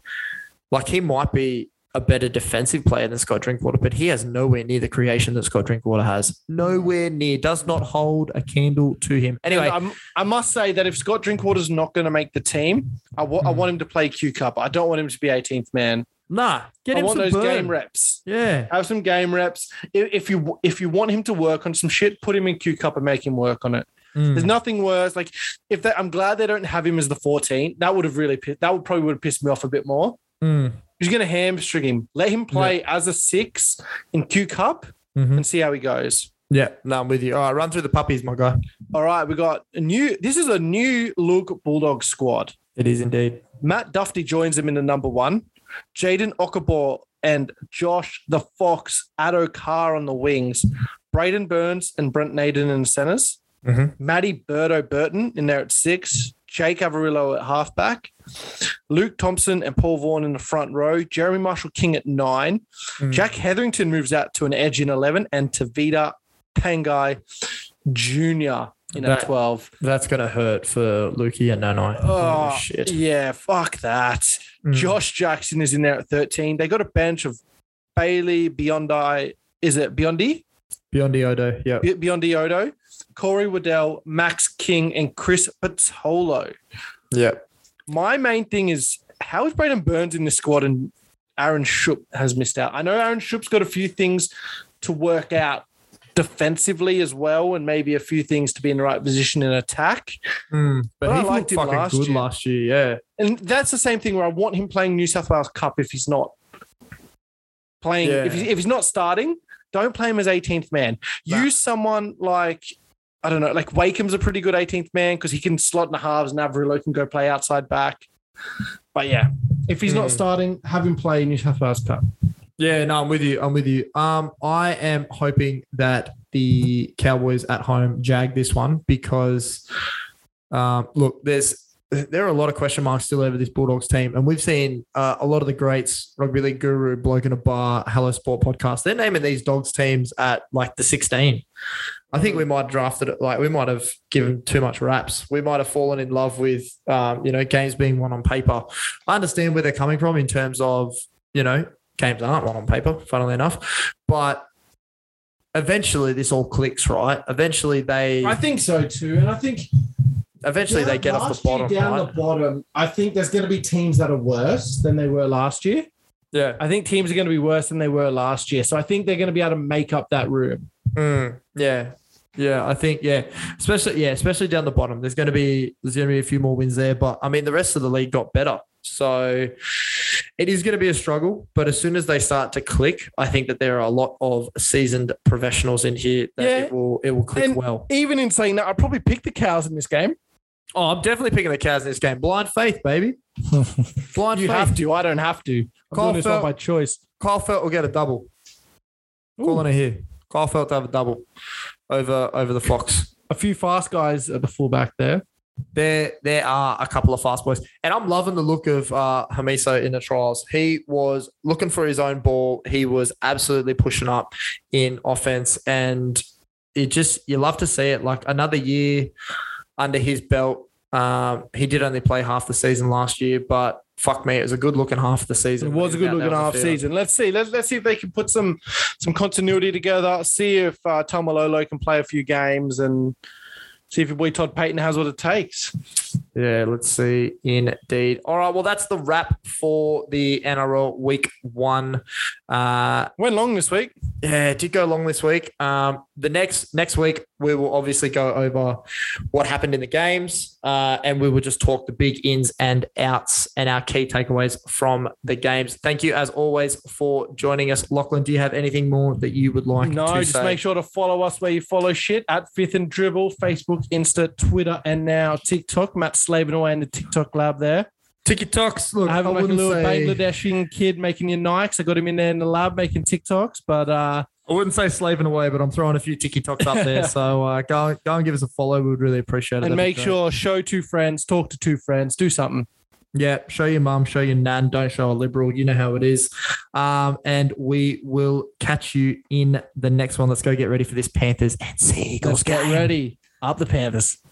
S1: Like he might be a better defensive player than Scott Drinkwater, but he has nowhere near the creation that Scott Drinkwater has. Nowhere near. Does not hold a candle to him. Anyway,
S3: And I'm, I must say that if Scott Drinkwater's not going to make the team, I wa- I
S1: Hmm.
S3: want him to play Q Cup. I don't want him to be 18th man.
S1: nah, get
S3: I
S1: him
S3: want
S1: some
S3: those
S1: burn.
S3: game reps.
S1: Yeah.
S3: Have some game reps. If, if you if you want him to work on some shit, put him in Q Cup and make him work on it.
S1: Mm,
S3: There's
S1: Hmm.
S3: nothing worse. Like if they, I'm glad they don't have him as the 14. That would have really pi- that would probably would have pissed me off a bit more.
S1: Mm,
S3: He's going to hamstring him. Let him play as a six in Q Cup
S1: mm, mhm.
S3: and see how he goes.
S1: Yeah, no, I'm with you. All right, run through the puppies, my guy.
S3: All right, we got a new. This is a new look Bulldog squad.
S1: It is indeed.
S3: Matt Duffy joins him in the number one. Jaden Okabor and Josh the Fox Addo Carr on the wings, Braden Burns and Brent Naden in the centers,
S1: Mhm.
S3: Matty Burdo Burton in there at six, Jake Averillo at halfback, Luke Thompson and Paul Vaughan in the front row, Jeremy Marshall King at nine,
S1: Mm.
S3: Jack Hetherington moves out to an edge in 11, and Tavita Pangai Jr. in at
S1: That-
S3: 12.
S1: That's gonna hurt for Lukey and Nanai.
S3: Oh,
S1: Holy shit.
S3: Yeah, fuck that.
S1: Mm.
S3: Josh Jackson is in there at 13. They got a bench of Bailey Beyondi. Is it Beyondi?
S1: Beyond the Odo. Yep.
S3: Be- Beyondi Odo, Corey Waddell, Max King, and Chris Patolo.
S1: Yep.
S3: My main thing is how is Braden Burns in the squad and Aaron Shoop has missed out? I know Aaron Shoop's got a few things to work out defensively as well, and maybe a few things to be in the right position in attack.
S1: Mm.
S3: But
S1: But,
S3: I liked
S1: he looked
S3: him
S1: fucking
S3: last
S1: good
S3: year.
S1: last year.
S3: And that's the same thing where I want him playing New South Wales Cup if he's not playing,
S1: Yeah.
S3: if, he's, if he's not starting, don't play him as 18th man.
S1: Nah.
S3: Use someone like, I don't know, like Wakeham's a pretty good 18th man because he can slot in the halves and Averillo can go play outside back. But yeah,
S2: If he's
S1: Mm.
S2: not starting, have him play New South Wales Cup.
S1: Yeah. Yeah. No, I'm with you. I'm with you. Um, I am hoping that the Cowboys at home jag this one because, um, look, there's there are a lot of question marks still over this Bulldogs team, and we've seen uh, a lot of the greats, rugby league guru, bloke in a bar, Hello Sport podcast. They're naming these dogs teams at like the 16. I think we
S2: Mm.
S1: might have drafted it like we might have given too much raps. We might have fallen in love with um, you know games being won on paper. I understand where they're coming from in terms of you know games aren't won on paper, funnily enough, but eventually this all clicks right. Eventually they
S2: I think so too, and I think
S1: eventually they
S2: down-
S1: get off
S2: last
S1: the bottom.
S2: Year down
S1: right?
S2: the bottom, I think there's going to be teams that are worse than they were last year.
S1: yeah.
S2: I think teams are going to be worse than they were last year, so I think they're going to be able to make up that room.
S1: Mm, yeah. Yeah, I think yeah, especially yeah, especially down the bottom. There's going to be there's going to be a few more wins there, but I mean the rest of the league got better, so it is going to be a struggle. But as soon as they start to click, I think that there are a lot of seasoned professionals in here that
S3: Yeah.
S1: it will it will click
S3: And-
S1: well.
S3: even in saying that, I probably picked the cows in this game.
S1: Oh, I'm definitely picking the cows in this game. Blind faith, baby. Blind
S3: You
S1: faith.
S3: have to. I don't have to.
S2: I'm doing this one
S1: Caulfield-
S2: by choice.
S1: Kyle Felt will get a double. Calling it here. Kyle Felt to have a double over over the Fox.
S2: A few fast guys at the fullback there.
S1: there there are a couple of fast boys, and I'm loving the look of uh, Hamiso in the trials. He was looking for his own ball. He was absolutely pushing up in offense, and it just you love to see it. Like another year under his belt. Um, he did only play half the season last year, but fuck me, it was a good looking half of the season.
S3: It was a good
S1: when he out
S3: looking
S1: there on
S3: half
S1: the field.
S3: season. Let's see. Let's, let's see if they can put some some continuity together. See if uh, Tom Malolo can play a few games and see if your boy Todd Payton has what it takes.
S1: Yeah, let's see. Indeed. All right. Well, that's the wrap for the NRL week one. Uh,
S3: Went long this week.
S1: Yeah, it did go long this week. Um, the next next week we will obviously go over what happened in the games, uh, and we will just talk the big ins and outs and our key takeaways from the games. Thank you as always for joining us, Lachlan. Do you have anything more that you would like?
S3: No,
S1: to
S3: just
S1: say?
S3: make sure to follow us where you follow shit at Fifth and Dribble, Facebook, Insta, Twitter, and now TikTok. Matt slaving away in the TikTok lab there.
S1: TikToks. Look,
S3: I have
S1: I
S3: a like a
S1: wouldn't
S3: little
S1: say
S3: Bangladeshi kid making your Nikes. I got him in there in the lab making TikToks, but uh,
S1: I wouldn't say slaving away, but I'm throwing a few TikToks up there. so uh, go go and give us a follow. We would really appreciate it.
S3: and
S1: That'd be
S3: make
S1: great.
S3: sure show two friends, talk to two friends, do something.
S1: Yeah, show your mum, show your nan, don't show a liberal. You know how it is. Um, and we will catch you in the next one. Let's go get ready for this Panthers and Seagulls
S3: Let's get
S1: game.
S3: ready. Up the Panthers.